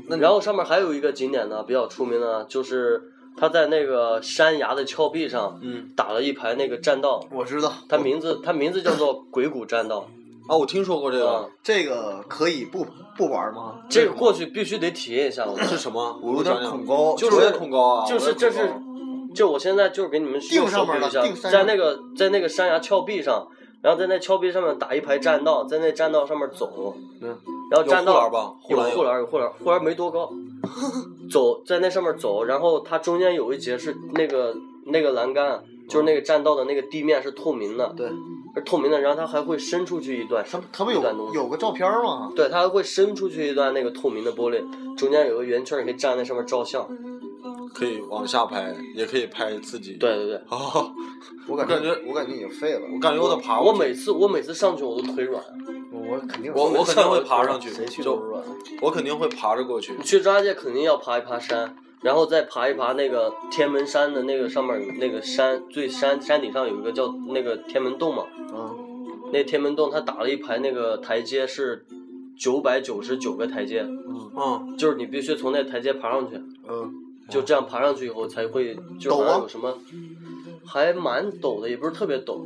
[SPEAKER 2] 那
[SPEAKER 4] 然后上面还有一个景点呢，比较出名的，就是它在那个山崖的峭壁上
[SPEAKER 2] 嗯
[SPEAKER 4] 打了一排那个栈道，
[SPEAKER 3] 我知道，
[SPEAKER 4] 它名字它名字叫做鬼谷栈道
[SPEAKER 2] 啊，我听说过这
[SPEAKER 4] 啊
[SPEAKER 2] 个，
[SPEAKER 3] 这个可以不不玩吗？
[SPEAKER 4] 这个过去必须得体验一下， 我觉
[SPEAKER 2] 是
[SPEAKER 4] 得
[SPEAKER 2] 什么？
[SPEAKER 3] 我有点
[SPEAKER 2] 讲讲
[SPEAKER 3] 恐高，
[SPEAKER 4] 就是
[SPEAKER 2] 我也恐高啊，
[SPEAKER 4] 就
[SPEAKER 2] 我
[SPEAKER 4] 是
[SPEAKER 2] 也
[SPEAKER 4] 这
[SPEAKER 2] 恐
[SPEAKER 4] 是
[SPEAKER 2] 高，
[SPEAKER 4] 就我现在就是给你们
[SPEAKER 3] 定上面了
[SPEAKER 4] 手比一下
[SPEAKER 3] 定山上
[SPEAKER 4] 在那个在那个山崖峭壁上，然后在那峭壁上面打一排栈道，在那栈道上面走，
[SPEAKER 3] 嗯
[SPEAKER 4] 然后
[SPEAKER 2] 有
[SPEAKER 4] 栈道
[SPEAKER 2] 护栏吧护
[SPEAKER 4] 有
[SPEAKER 2] 栏有
[SPEAKER 4] 护栏有护栏，护栏没 多高，走在那上面走，然后它中间有一节是那个那个栏杆，就是那个栈道的那个地面是透明的，
[SPEAKER 3] 对，
[SPEAKER 4] 是透明的，然后它还会伸出去一段，
[SPEAKER 3] 他们他们
[SPEAKER 4] 一段东
[SPEAKER 3] 有
[SPEAKER 4] 西
[SPEAKER 3] 有个照片吗？
[SPEAKER 4] 对，它还会伸出去一段那个透明的玻璃，中间有个圆圈，你可以站在上面照相。
[SPEAKER 2] 可以往下拍，也可以拍自己。
[SPEAKER 4] 对对对，
[SPEAKER 2] 哦，
[SPEAKER 3] 我感觉
[SPEAKER 2] 我感觉
[SPEAKER 3] 我感觉已经废了，
[SPEAKER 2] 我感觉我得爬
[SPEAKER 4] 啊我
[SPEAKER 2] 过去
[SPEAKER 4] 每次我每次上去我都腿软。
[SPEAKER 3] 我肯定
[SPEAKER 2] 我我肯定会爬上去，
[SPEAKER 3] 谁去
[SPEAKER 2] 就
[SPEAKER 3] 都软。
[SPEAKER 2] 我肯定会爬着过去
[SPEAKER 4] 你。去张家界肯定要爬一爬山，然后再爬一爬那个天门山的那个上面有那个山最山山顶上有一个叫那个天门洞嘛，
[SPEAKER 3] 嗯
[SPEAKER 4] 那天门洞它打了一排那个台阶是九百九十九个台阶，
[SPEAKER 3] 嗯
[SPEAKER 2] 嗯，
[SPEAKER 4] 就是你必须从那台阶爬上去，
[SPEAKER 3] 嗯，
[SPEAKER 4] 就这样爬上去以后才会就是好
[SPEAKER 3] 陡吗
[SPEAKER 4] 像有什么，还蛮陡的，也不是特别陡。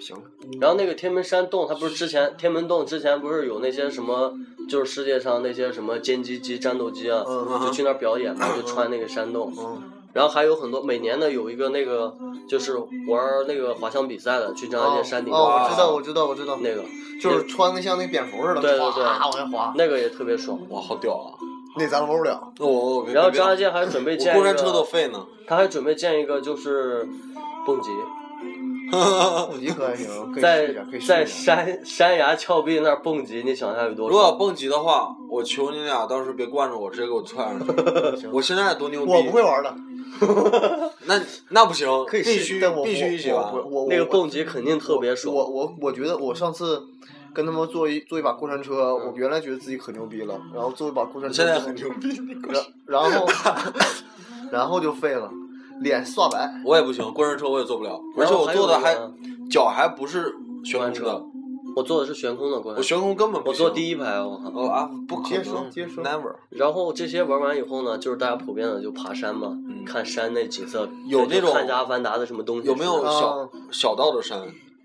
[SPEAKER 3] 行，
[SPEAKER 4] 然后那个天门山洞，它不是之前天门洞之前不是有那些什么，就是世界上那些什么歼击机、战斗机啊，
[SPEAKER 3] 嗯
[SPEAKER 2] 嗯
[SPEAKER 4] 就去那儿表演嘛，就穿那个山洞。
[SPEAKER 3] 嗯
[SPEAKER 4] 然后还有很多每年呢有一个那个就是玩那个滑翔比赛的，去张家界山顶
[SPEAKER 3] 哦，
[SPEAKER 4] 上
[SPEAKER 3] 哦我知道
[SPEAKER 2] 啊
[SPEAKER 3] 我知道我知道，
[SPEAKER 4] 那个
[SPEAKER 3] 就是穿的像那蝙蝠似的，
[SPEAKER 4] 对对嗯对
[SPEAKER 3] 哗往下滑，
[SPEAKER 4] 那个也特别爽。
[SPEAKER 2] 哇，好屌啊！
[SPEAKER 3] 那咱玩不
[SPEAKER 4] 啊
[SPEAKER 3] 了。
[SPEAKER 2] 那我我
[SPEAKER 4] 然后张家
[SPEAKER 2] 我
[SPEAKER 4] 界还准备建一
[SPEAKER 2] 过山车都
[SPEAKER 4] 个，
[SPEAKER 2] 废呢。
[SPEAKER 4] 他还准备建一个就是蹦极，
[SPEAKER 3] 蹦极可还行，可以试一下，可
[SPEAKER 4] 在
[SPEAKER 3] 以试一下
[SPEAKER 4] 在山山崖峭壁那儿蹦极，你想象有多
[SPEAKER 2] 如果要
[SPEAKER 4] 爽？
[SPEAKER 2] 蹦极的话，我求你俩到时候别惯着我，直接给我踹上 去。我现在多牛逼！
[SPEAKER 3] 我不会，玩的，
[SPEAKER 2] 那那不行，
[SPEAKER 3] 可以
[SPEAKER 2] 必
[SPEAKER 3] 试，
[SPEAKER 2] 须
[SPEAKER 3] 但我
[SPEAKER 2] 必须一啊起玩
[SPEAKER 3] 我。我我
[SPEAKER 4] 那个
[SPEAKER 3] 我
[SPEAKER 4] 蹦极肯定特别爽。
[SPEAKER 3] 我我我觉得我上次跟他们坐一坐一把过山车，我
[SPEAKER 4] 嗯
[SPEAKER 3] 原来觉得自己可牛逼了，然后坐一把过山车，
[SPEAKER 2] 现在很牛逼，
[SPEAKER 3] 然然 后然后就废了，脸刷白。
[SPEAKER 2] 我也不行，过山车我也坐不了，而
[SPEAKER 4] 然
[SPEAKER 2] 且
[SPEAKER 4] 后
[SPEAKER 2] 我坐的
[SPEAKER 4] 还
[SPEAKER 2] 还
[SPEAKER 4] 有一
[SPEAKER 2] 脚还不是悬
[SPEAKER 4] 过
[SPEAKER 2] 空的
[SPEAKER 4] 山车，我坐的是悬空的过山
[SPEAKER 2] 我
[SPEAKER 4] 车，
[SPEAKER 2] 悬空根本不
[SPEAKER 4] 我
[SPEAKER 2] 行。
[SPEAKER 4] 坐第一排，我靠。
[SPEAKER 2] 哦啊，不可
[SPEAKER 3] 接受
[SPEAKER 2] 能，
[SPEAKER 3] 接受
[SPEAKER 2] n e v e r
[SPEAKER 4] 然后这些玩完以后呢，就是大家普遍的就爬山嘛，
[SPEAKER 2] 嗯
[SPEAKER 4] 看山那景色，
[SPEAKER 2] 有那
[SPEAKER 4] 对就
[SPEAKER 2] 种
[SPEAKER 4] 看一下《阿凡达》的什么东西，
[SPEAKER 2] 有没有
[SPEAKER 4] 是吧
[SPEAKER 2] 小
[SPEAKER 3] 啊
[SPEAKER 2] 小道的山？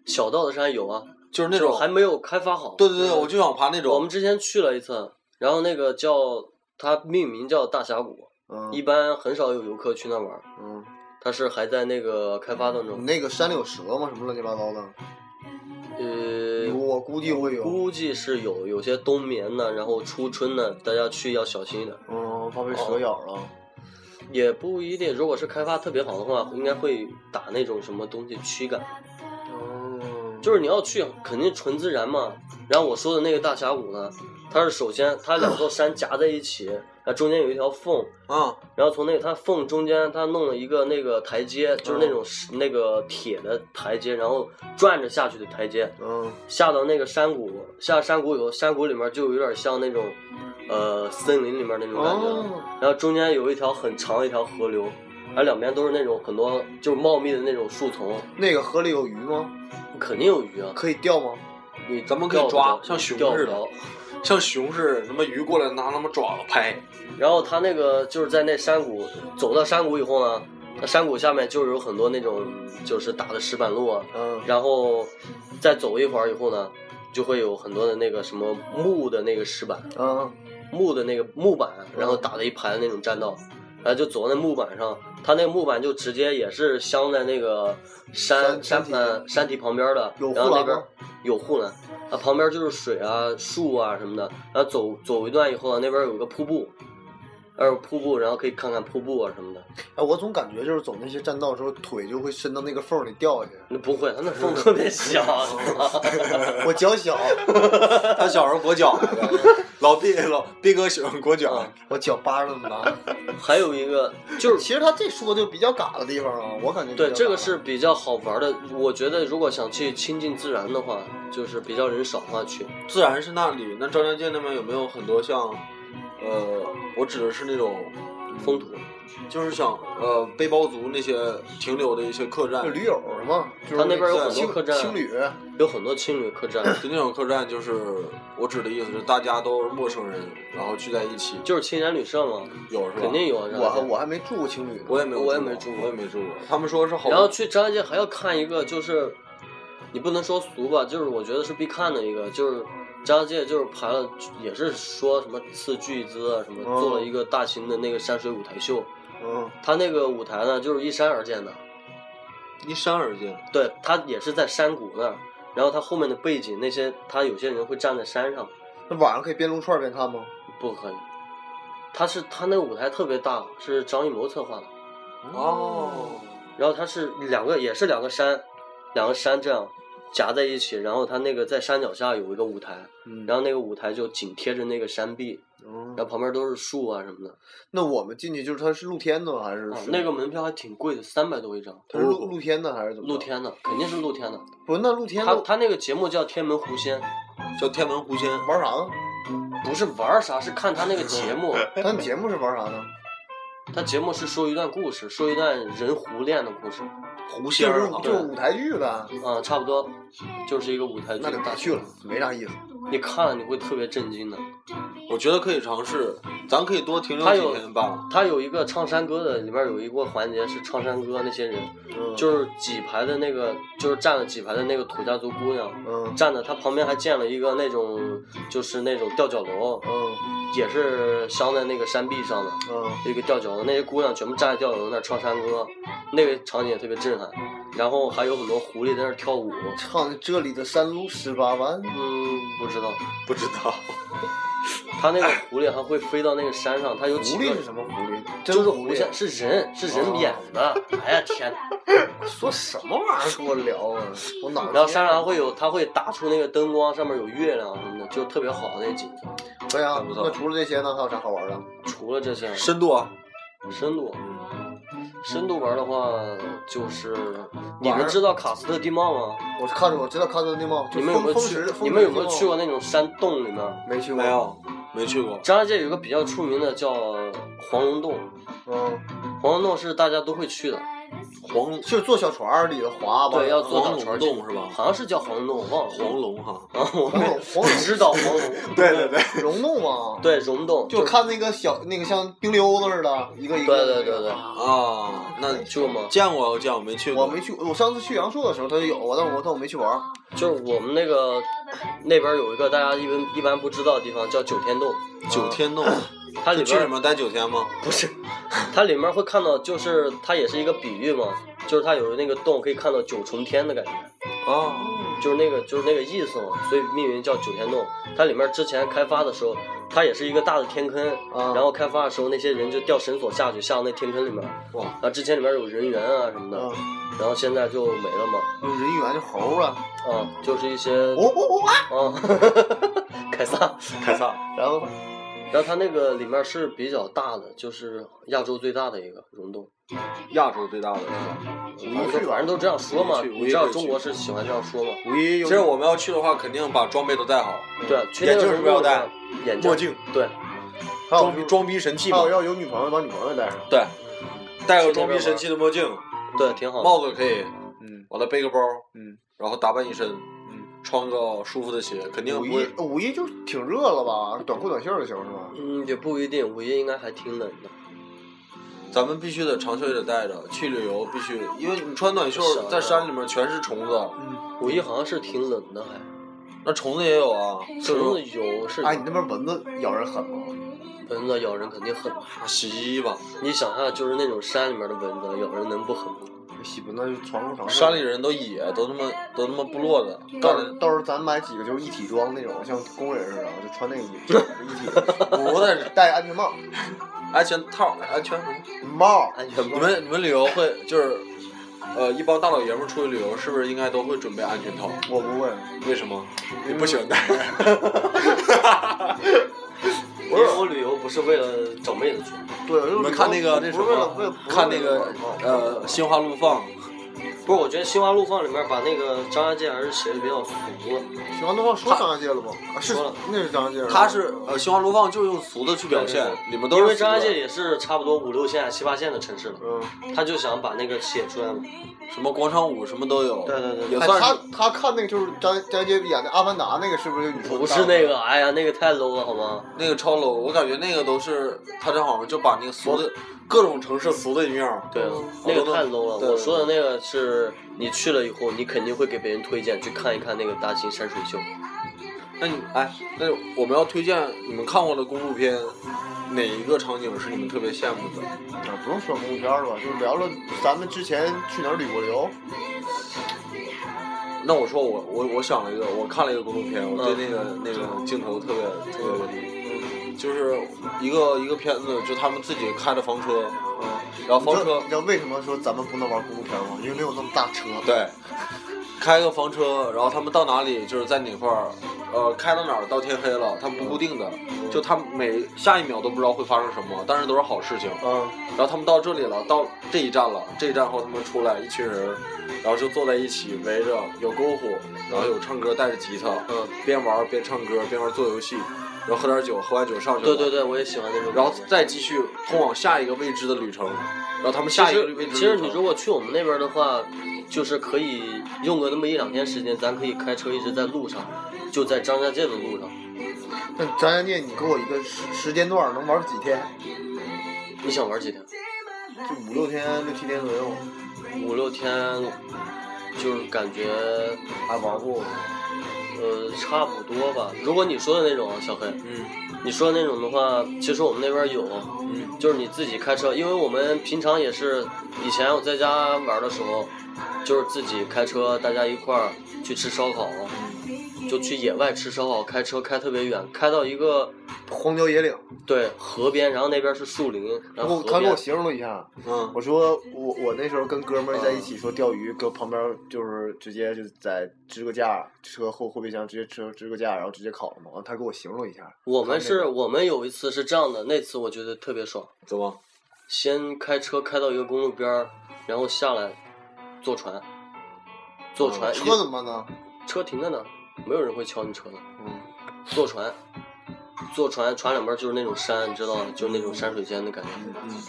[SPEAKER 4] 小道的山有啊，
[SPEAKER 2] 就是那种
[SPEAKER 4] 还没有开发好。
[SPEAKER 2] 对对对，我就想爬那
[SPEAKER 4] 我
[SPEAKER 2] 种。
[SPEAKER 4] 们之前去了一次，然后那个叫它命名叫大峡谷，
[SPEAKER 3] 嗯
[SPEAKER 4] 一般很少有游客去那玩儿，
[SPEAKER 3] 嗯，
[SPEAKER 4] 它是
[SPEAKER 2] 嗯
[SPEAKER 4] 还在那个开发当中。
[SPEAKER 3] 那个山里有蛇吗？什么乱七八糟的？
[SPEAKER 4] 呃，
[SPEAKER 3] 我估计会有，
[SPEAKER 4] 估计是有有些冬眠呢，然后初春呢，大家去要小心一点。
[SPEAKER 3] 嗯，怕被蛇咬了。
[SPEAKER 4] 也不一定，如果是开发特别好的话，应该会打那种什么东西驱赶。
[SPEAKER 3] 哦，
[SPEAKER 4] 就是你要去，肯定纯自然嘛。然后我说的那个大峡谷呢，它是首先它两座山夹在一起，然后中间有一条缝，
[SPEAKER 2] 啊，
[SPEAKER 4] 然后从那个它缝中间，它弄了一个那个台阶，就是那种石那个铁的台阶，然后转着下去的台阶，
[SPEAKER 3] 嗯，
[SPEAKER 4] 下到那个山谷，下山谷以后，山谷里面就有点像那种，呃，森林里面那种感觉了。
[SPEAKER 3] 哦，
[SPEAKER 4] 然后中间有一条很长的一条河流，然后两边都是那种很多就是茂密的那种树丛，
[SPEAKER 3] 那个河里有鱼吗？
[SPEAKER 4] 肯定有鱼啊。
[SPEAKER 3] 可以钓吗？
[SPEAKER 4] 你
[SPEAKER 2] 咱们可以抓像熊
[SPEAKER 4] 钓
[SPEAKER 2] 似
[SPEAKER 4] 不
[SPEAKER 2] 的
[SPEAKER 4] 着。
[SPEAKER 2] 像熊是什么鱼过来拿他们爪子 拍，
[SPEAKER 4] 然后他那个就是在那山谷走到山谷以后呢，那山谷下面就是有很多那种就是打的石板路啊，
[SPEAKER 3] 嗯，
[SPEAKER 4] 然后再走一会儿以后呢，就会有很多的那个什么木的那个石板，
[SPEAKER 3] 嗯，
[SPEAKER 4] 木的那个木板，然后打了一排那种栈道，然后就走到那木板上，它那个木板就直接也是镶在那个山
[SPEAKER 3] 山山
[SPEAKER 4] 山
[SPEAKER 3] 体
[SPEAKER 4] 呃山体旁边的，
[SPEAKER 3] 有护
[SPEAKER 4] 然后那
[SPEAKER 3] 栏
[SPEAKER 4] 边
[SPEAKER 3] 吗
[SPEAKER 4] 有护栏，啊旁边就是水啊树啊什么的，然后走走一段以后啊，那边有个瀑布，呃瀑布，然后可以看看瀑布啊什么的。
[SPEAKER 3] 哎，我总感觉就是走那些栈道的时候，腿就会伸到那个缝里掉下去。
[SPEAKER 4] 那不会，它那风特别小，
[SPEAKER 3] 我脚 小，
[SPEAKER 2] 他小时候裹脚来的， 老毕老毕哥喜欢裹脚
[SPEAKER 4] 啊，
[SPEAKER 3] 嗯我脚扒着那么大。
[SPEAKER 4] 还有一个就是
[SPEAKER 3] 其实他这说就比较嘎的地方啊，我感觉比较
[SPEAKER 4] 对，这个
[SPEAKER 3] 嘎
[SPEAKER 4] 是比较好玩的。我觉得如果想去亲近自然的话，就是比较人少的话去。
[SPEAKER 2] 自然是那里。那张家界那边有没有很多像，呃，我指的是那种
[SPEAKER 4] 风土，
[SPEAKER 2] 就是像呃背包族那些停留的一些客栈
[SPEAKER 3] 就，驴友嘛，就是
[SPEAKER 4] 他那边有
[SPEAKER 3] 个
[SPEAKER 4] 很多
[SPEAKER 3] 青
[SPEAKER 4] 客栈
[SPEAKER 3] 青旅，
[SPEAKER 4] 有很多青旅客栈，
[SPEAKER 2] 就那种客栈，就是我指的意思是大家都是陌生人，然后聚在一起，
[SPEAKER 4] 就是青年旅社嘛，
[SPEAKER 2] 有是吧？
[SPEAKER 4] 肯定有。啊然
[SPEAKER 3] 我还
[SPEAKER 4] 后
[SPEAKER 3] 我还没住过青旅呢。
[SPEAKER 2] 我也没有
[SPEAKER 4] 我也没
[SPEAKER 2] 住
[SPEAKER 4] 住
[SPEAKER 2] 过，
[SPEAKER 4] 过
[SPEAKER 2] 我也没住过。他们说是好，
[SPEAKER 4] 然后去张家界还要看一个，就是你不能说俗吧，就是我觉得是必看的一个，就是张家界就是排了，也是说什么斥巨资啊什么，
[SPEAKER 3] 哦
[SPEAKER 4] 做了一个大型的那个山水舞台秀。
[SPEAKER 3] 嗯，
[SPEAKER 4] 它那个舞台呢，就是依山而建的，
[SPEAKER 2] 依山而建，
[SPEAKER 4] 对，它也是在山谷那儿。然后它后面的背景那些，它有些人会站在山上，
[SPEAKER 3] 那晚上可以边撸串边看吗？
[SPEAKER 4] 不可以。它是它那个舞台特别大，是张艺谋策划的。
[SPEAKER 2] 哦，
[SPEAKER 4] 然后它是两个，也是两个山，两个山这样夹在一起，然后它那个在山脚下有一个舞台，
[SPEAKER 3] 嗯，
[SPEAKER 4] 然后那个舞台就紧贴着那个山壁，
[SPEAKER 3] 嗯
[SPEAKER 4] 然后旁边都是树啊什么的。
[SPEAKER 3] 那我们进去就是它是露天的吗还是
[SPEAKER 4] 啊
[SPEAKER 3] 哦是？
[SPEAKER 4] 那个哦门票还挺贵的，三百多一张，
[SPEAKER 3] 它是露露天的还是怎么着？
[SPEAKER 4] 露天的，肯定是露天的。
[SPEAKER 3] 不是那露天
[SPEAKER 4] 它
[SPEAKER 3] 的
[SPEAKER 4] 它那个节目叫《天门狐仙》，
[SPEAKER 2] 叫天门狐仙，
[SPEAKER 3] 玩啥呢？
[SPEAKER 4] 不是玩儿啥，是看它那个节 目。
[SPEAKER 3] 咱节目是玩啥呢？
[SPEAKER 4] 它节目是说一段故事，说一段人狐恋的故事，
[SPEAKER 2] 狐仙
[SPEAKER 3] 就
[SPEAKER 2] 儿
[SPEAKER 3] 是
[SPEAKER 2] 啊，
[SPEAKER 3] 就是舞台剧呗，
[SPEAKER 4] 啊，差不多就是一个舞台剧。
[SPEAKER 3] 那就别去了，没啥意思。
[SPEAKER 4] 你看了你会特别震惊的。
[SPEAKER 2] 我觉得可以尝试，咱可以多停留
[SPEAKER 4] 他有
[SPEAKER 2] 几天吧。
[SPEAKER 4] 它有一个唱山歌的，里面有一个环节是唱山歌，那些人
[SPEAKER 3] 嗯
[SPEAKER 4] 就是几排的那个，就是站了几排的那个土家族姑娘，
[SPEAKER 3] 嗯
[SPEAKER 4] 站的她旁边还建了一个那种就是那种吊脚楼，
[SPEAKER 3] 嗯
[SPEAKER 4] 也是镶在那个山壁上的
[SPEAKER 3] 嗯，
[SPEAKER 4] 一个吊脚楼，那些姑娘全部站在吊脚楼那儿唱山歌，那个场景也特别震撼。然后还有很多狐狸在那儿跳舞，
[SPEAKER 3] 唱这里的山路十八弯，
[SPEAKER 4] 嗯，不知道，
[SPEAKER 2] 不知道，
[SPEAKER 4] 它那个狐狸还会飞到那个山上，它有
[SPEAKER 3] 狐
[SPEAKER 4] 几
[SPEAKER 3] 狸
[SPEAKER 4] 个
[SPEAKER 3] 是。什么狐狸？真
[SPEAKER 4] 就是狐
[SPEAKER 3] 狐
[SPEAKER 4] 仙，是人，是人演的。哎呀天哪！
[SPEAKER 3] 说什么玩意儿？跟我聊啊！我脑子
[SPEAKER 4] 然后山上还会有，它会打出那个灯光，上面有月亮什么的，就特别好那景色。
[SPEAKER 3] 对呀
[SPEAKER 2] 还不，错
[SPEAKER 3] 那除了这些呢，还有啥好玩的？
[SPEAKER 4] 除了这些，
[SPEAKER 2] 深度啊，
[SPEAKER 4] 深度，嗯深度玩的话，就是你
[SPEAKER 3] 玩
[SPEAKER 4] 们
[SPEAKER 3] 儿
[SPEAKER 4] 知道卡斯特地貌吗？
[SPEAKER 3] 我是看着我知道喀斯特地貌，就
[SPEAKER 4] 你们有没有
[SPEAKER 3] 风
[SPEAKER 4] 去
[SPEAKER 3] 风驰？
[SPEAKER 4] 你们有没有去过？那种山洞里面？
[SPEAKER 3] 没去过。
[SPEAKER 2] 没。有，没去过。
[SPEAKER 4] 张家界有一个比较出名的叫黄龙洞，
[SPEAKER 3] 嗯，
[SPEAKER 4] 黄龙洞是大家都会去的，
[SPEAKER 2] 黄
[SPEAKER 3] 就是坐小船儿里头滑吧。
[SPEAKER 4] 对，要坐
[SPEAKER 2] 黄
[SPEAKER 4] 小
[SPEAKER 2] 龙
[SPEAKER 4] 船
[SPEAKER 2] 洞
[SPEAKER 4] 去
[SPEAKER 2] 是吧
[SPEAKER 4] 好像是叫黄龙洞，我忘了。
[SPEAKER 2] 黄龙哈，
[SPEAKER 4] 啊，我
[SPEAKER 3] 黄
[SPEAKER 4] 没
[SPEAKER 3] 龙黄
[SPEAKER 4] 我
[SPEAKER 3] 龙
[SPEAKER 4] 只知道黄龙。
[SPEAKER 2] 对对对，
[SPEAKER 3] 溶洞嘛。
[SPEAKER 4] 对，溶洞
[SPEAKER 3] 就看那个小那个像冰溜子似的，一个一
[SPEAKER 4] 对
[SPEAKER 3] 个的。
[SPEAKER 4] 对对对，
[SPEAKER 2] 啊，那
[SPEAKER 4] 去过吗？
[SPEAKER 2] 见过见过没去过，
[SPEAKER 3] 我没去，我上次去阳朔的时候，它有，啊但是我但我没去玩儿。
[SPEAKER 4] 就是我们那个那边有一个大家一般一般不知道的地方叫九天洞，
[SPEAKER 2] 九天洞，
[SPEAKER 4] 它里
[SPEAKER 2] 就去里
[SPEAKER 4] 边
[SPEAKER 2] 面待九天吗？
[SPEAKER 4] 不是，它里面会看到就是它也是一个比喻嘛，就是它有那个洞可以看到九重天的感觉，
[SPEAKER 2] 哦，
[SPEAKER 4] 就是那个就是那个意思嘛，所以命名叫九天洞。它里面之前开发的时候，它也是一个大的天坑，
[SPEAKER 3] 啊
[SPEAKER 4] 然后开发的时候那些人就掉绳索下去，下到那天坑里面。
[SPEAKER 2] 哇嗯
[SPEAKER 4] 啊，之前里面有人猿啊什么的，
[SPEAKER 3] 啊，
[SPEAKER 4] 然后现在就没了嘛。
[SPEAKER 3] 有人猿就猴儿啊，
[SPEAKER 4] 啊，就是一些
[SPEAKER 2] 哦
[SPEAKER 3] 我我我啊，
[SPEAKER 4] 啊， 凯撒。
[SPEAKER 2] 凯撒，
[SPEAKER 3] 然后
[SPEAKER 4] 然后它那个里面是比较大的，就是亚洲最大的一个溶洞。
[SPEAKER 2] 亚洲最大的是吧？
[SPEAKER 4] 反正都反正都这样说嘛，啊你知道中国是喜欢这样说嘛？
[SPEAKER 3] 五一
[SPEAKER 2] 其
[SPEAKER 3] 有
[SPEAKER 2] 实我们要去的话，肯定把装备都带好，
[SPEAKER 4] 对啊，去那
[SPEAKER 2] 眼
[SPEAKER 4] 个
[SPEAKER 2] 镜
[SPEAKER 4] 溶
[SPEAKER 2] 是不是要
[SPEAKER 4] 洞
[SPEAKER 2] 戴
[SPEAKER 4] 上，眼镜
[SPEAKER 3] 墨镜，
[SPEAKER 4] 对，
[SPEAKER 3] 还有就
[SPEAKER 2] 装
[SPEAKER 3] 是
[SPEAKER 2] 装逼神器
[SPEAKER 3] 还
[SPEAKER 2] 嘛。
[SPEAKER 3] 有要有女朋友把女朋友带上，
[SPEAKER 2] 对，戴个装逼神器的墨镜，
[SPEAKER 4] 对，挺好的。
[SPEAKER 2] 帽子可以，
[SPEAKER 3] 嗯
[SPEAKER 2] 完了背个包，
[SPEAKER 3] 嗯
[SPEAKER 2] 然后打扮一身，
[SPEAKER 3] 嗯，
[SPEAKER 2] 穿个舒服的鞋，肯定
[SPEAKER 3] 五
[SPEAKER 2] 不
[SPEAKER 3] 一
[SPEAKER 2] 会。
[SPEAKER 3] 五一就挺热了吧，短裤短袖就行是吧？
[SPEAKER 4] 嗯，也不一定，五一应该还挺冷的。
[SPEAKER 2] 咱们必须得长袖也得带着，去旅游必须，因为你穿短袖
[SPEAKER 4] 是啊
[SPEAKER 2] 在山里面全是虫子，
[SPEAKER 3] 嗯，
[SPEAKER 4] 五一好像是挺冷的，还
[SPEAKER 2] 那虫子也有啊，就
[SPEAKER 4] 就
[SPEAKER 2] 是
[SPEAKER 4] 有嗯是
[SPEAKER 3] 哎，你那边蚊子咬人狠吗？
[SPEAKER 4] 蚊子咬人肯定狠。
[SPEAKER 2] 啊洗衣吧，
[SPEAKER 4] 你想下，就是那种山里面的蚊子咬人能不狠吗？
[SPEAKER 3] 喜不那就床上床上
[SPEAKER 2] 山里人都野，都他妈都他妈部落的，
[SPEAKER 3] 到时
[SPEAKER 2] 干的
[SPEAKER 3] 候到时候咱买几个就是一体装那种，像工人似的，就穿那个一一体的，
[SPEAKER 2] 不带
[SPEAKER 3] 戴安全帽，
[SPEAKER 2] 安全套、安全服。
[SPEAKER 3] 帽
[SPEAKER 4] 安全帽
[SPEAKER 2] 你们你们旅游会就是，呃，一帮大老爷们儿出去旅游，是不是应该都会准备安全套？
[SPEAKER 3] 我不会，
[SPEAKER 2] 为什么？你不喜欢 戴？
[SPEAKER 4] 因为我旅游不是为了找妹子去，
[SPEAKER 3] 对，就是
[SPEAKER 2] 你们看那个那什
[SPEAKER 3] 不是为了为了
[SPEAKER 2] 么，看那个呃《心花怒放》，
[SPEAKER 4] 不是，我觉得《心花怒放》里面把那个张家界还是写的比较俗啊了。
[SPEAKER 2] 呃
[SPEAKER 3] 喜欢的话说张家界了吗？啊是
[SPEAKER 4] 说了，
[SPEAKER 3] 那是张家界了。
[SPEAKER 2] 它是呃《心花怒放》就用俗的去表现
[SPEAKER 4] 对对，
[SPEAKER 2] 你们
[SPEAKER 4] 因
[SPEAKER 2] 都
[SPEAKER 4] 为
[SPEAKER 2] 是俗
[SPEAKER 4] 张家界
[SPEAKER 2] 的。
[SPEAKER 4] 也是差不多五六线、七八线的城市了，
[SPEAKER 3] 嗯，
[SPEAKER 4] 他就想把那个写出来嘛。
[SPEAKER 2] 什么广场舞什么都有，
[SPEAKER 4] 对对对对
[SPEAKER 2] 也
[SPEAKER 3] 哎
[SPEAKER 2] 算
[SPEAKER 3] 他
[SPEAKER 2] 是
[SPEAKER 3] 他看那个就是张张家界演的《阿凡达》那个是不是？你说的
[SPEAKER 4] 不是那个，哎呀，那个太 low 了，好吗？
[SPEAKER 2] 那个超 low。我感觉那个都是他这好像就把那个俗的各种城市俗的一面儿，
[SPEAKER 4] 对啊，
[SPEAKER 2] 我
[SPEAKER 4] 那
[SPEAKER 2] 都
[SPEAKER 4] 个太 low 了。
[SPEAKER 2] 对
[SPEAKER 4] 我说的那个是你去了以后，你肯定会给别人推荐去看一看那个大型山水秀。
[SPEAKER 2] 那你哎，那我们要推荐你们看过的公路片，哪一个场景是你们特别羡慕的？
[SPEAKER 3] 啊不用说公路片了吧？就是聊聊咱们之前去哪儿旅过游，
[SPEAKER 2] 那我说我我我想了一个，我看了一个公路片，我对那个、那个镜头特别特别那个，就是一个一个片子，就他们自己开着房车，然后
[SPEAKER 3] 嗯你
[SPEAKER 2] 房
[SPEAKER 3] 知道
[SPEAKER 2] 嗯车
[SPEAKER 3] 你知道为什么说咱们不能玩公路片吗？因为没有那么大车。
[SPEAKER 2] 对，开个房车，然后他们到哪里就是在哪块儿，呃，开到哪儿到天黑了，他们不固定的，就他们每下一秒都不知道会发生什么，但是都是好事情。
[SPEAKER 3] 嗯，
[SPEAKER 2] 然后他们到这里了，到这一站了，这一站后他们出来一群人，然后就坐在一起围着，有篝火，然后有唱歌带着吉他，
[SPEAKER 4] 嗯，
[SPEAKER 2] 边玩边唱歌边玩做游戏，然后喝点酒，喝完酒上去了，
[SPEAKER 4] 对对，对，我也喜欢那种。
[SPEAKER 2] 然后再继续通往下一个未知的旅程，然后他们
[SPEAKER 4] 其
[SPEAKER 2] 下一个
[SPEAKER 4] 实
[SPEAKER 2] 未知的
[SPEAKER 4] 其实
[SPEAKER 2] 旅
[SPEAKER 4] 你
[SPEAKER 2] 程
[SPEAKER 4] 如果去我们那边的话，就是可以用个那么一两天时间，咱可以开车一直在路上，就在张家界的路上。
[SPEAKER 3] 那张家界，你给我一个时时间段儿，能玩几天？
[SPEAKER 4] 你想玩几天？
[SPEAKER 3] 就五六天、六七天左右。
[SPEAKER 4] 五六天，就是感觉
[SPEAKER 3] 还玩过，
[SPEAKER 4] 呃差不多吧。如果你说的那种小黑，
[SPEAKER 2] 嗯
[SPEAKER 4] 你说的那种的话，其实我们那边有，
[SPEAKER 2] 嗯
[SPEAKER 4] 就是你自己开车，因为我们平常也是以前我在家玩的时候，就是自己开车，大家一块儿去吃烧烤，就去野外吃烧烤，开车开特别远，开到一个
[SPEAKER 3] 荒郊野岭。
[SPEAKER 4] 对河边，然后那边是树林，然后
[SPEAKER 3] 我他
[SPEAKER 4] 河
[SPEAKER 3] 给
[SPEAKER 4] 边
[SPEAKER 3] 我形容了一下，
[SPEAKER 2] 嗯，
[SPEAKER 3] 我说我我那时候跟哥们儿在一起说钓鱼，搁旁边就是直接就在支个架，车后后备箱直接车支个架，然后直接烤了嘛。完他给我形容了一下，
[SPEAKER 4] 我们
[SPEAKER 3] 看那
[SPEAKER 4] 是
[SPEAKER 3] 个
[SPEAKER 4] 我们有一次是这样的，那次我觉得特别爽，
[SPEAKER 2] 怎么？
[SPEAKER 4] 先开车开到一个公路边儿，然后下来坐船，坐船、
[SPEAKER 3] 哦车怎么办呢？
[SPEAKER 4] 车停在那儿，没有人会敲你车的。
[SPEAKER 3] 嗯，
[SPEAKER 4] 坐船，坐船，船两边就是那种山，你知道吗？就是那种山水间的感觉。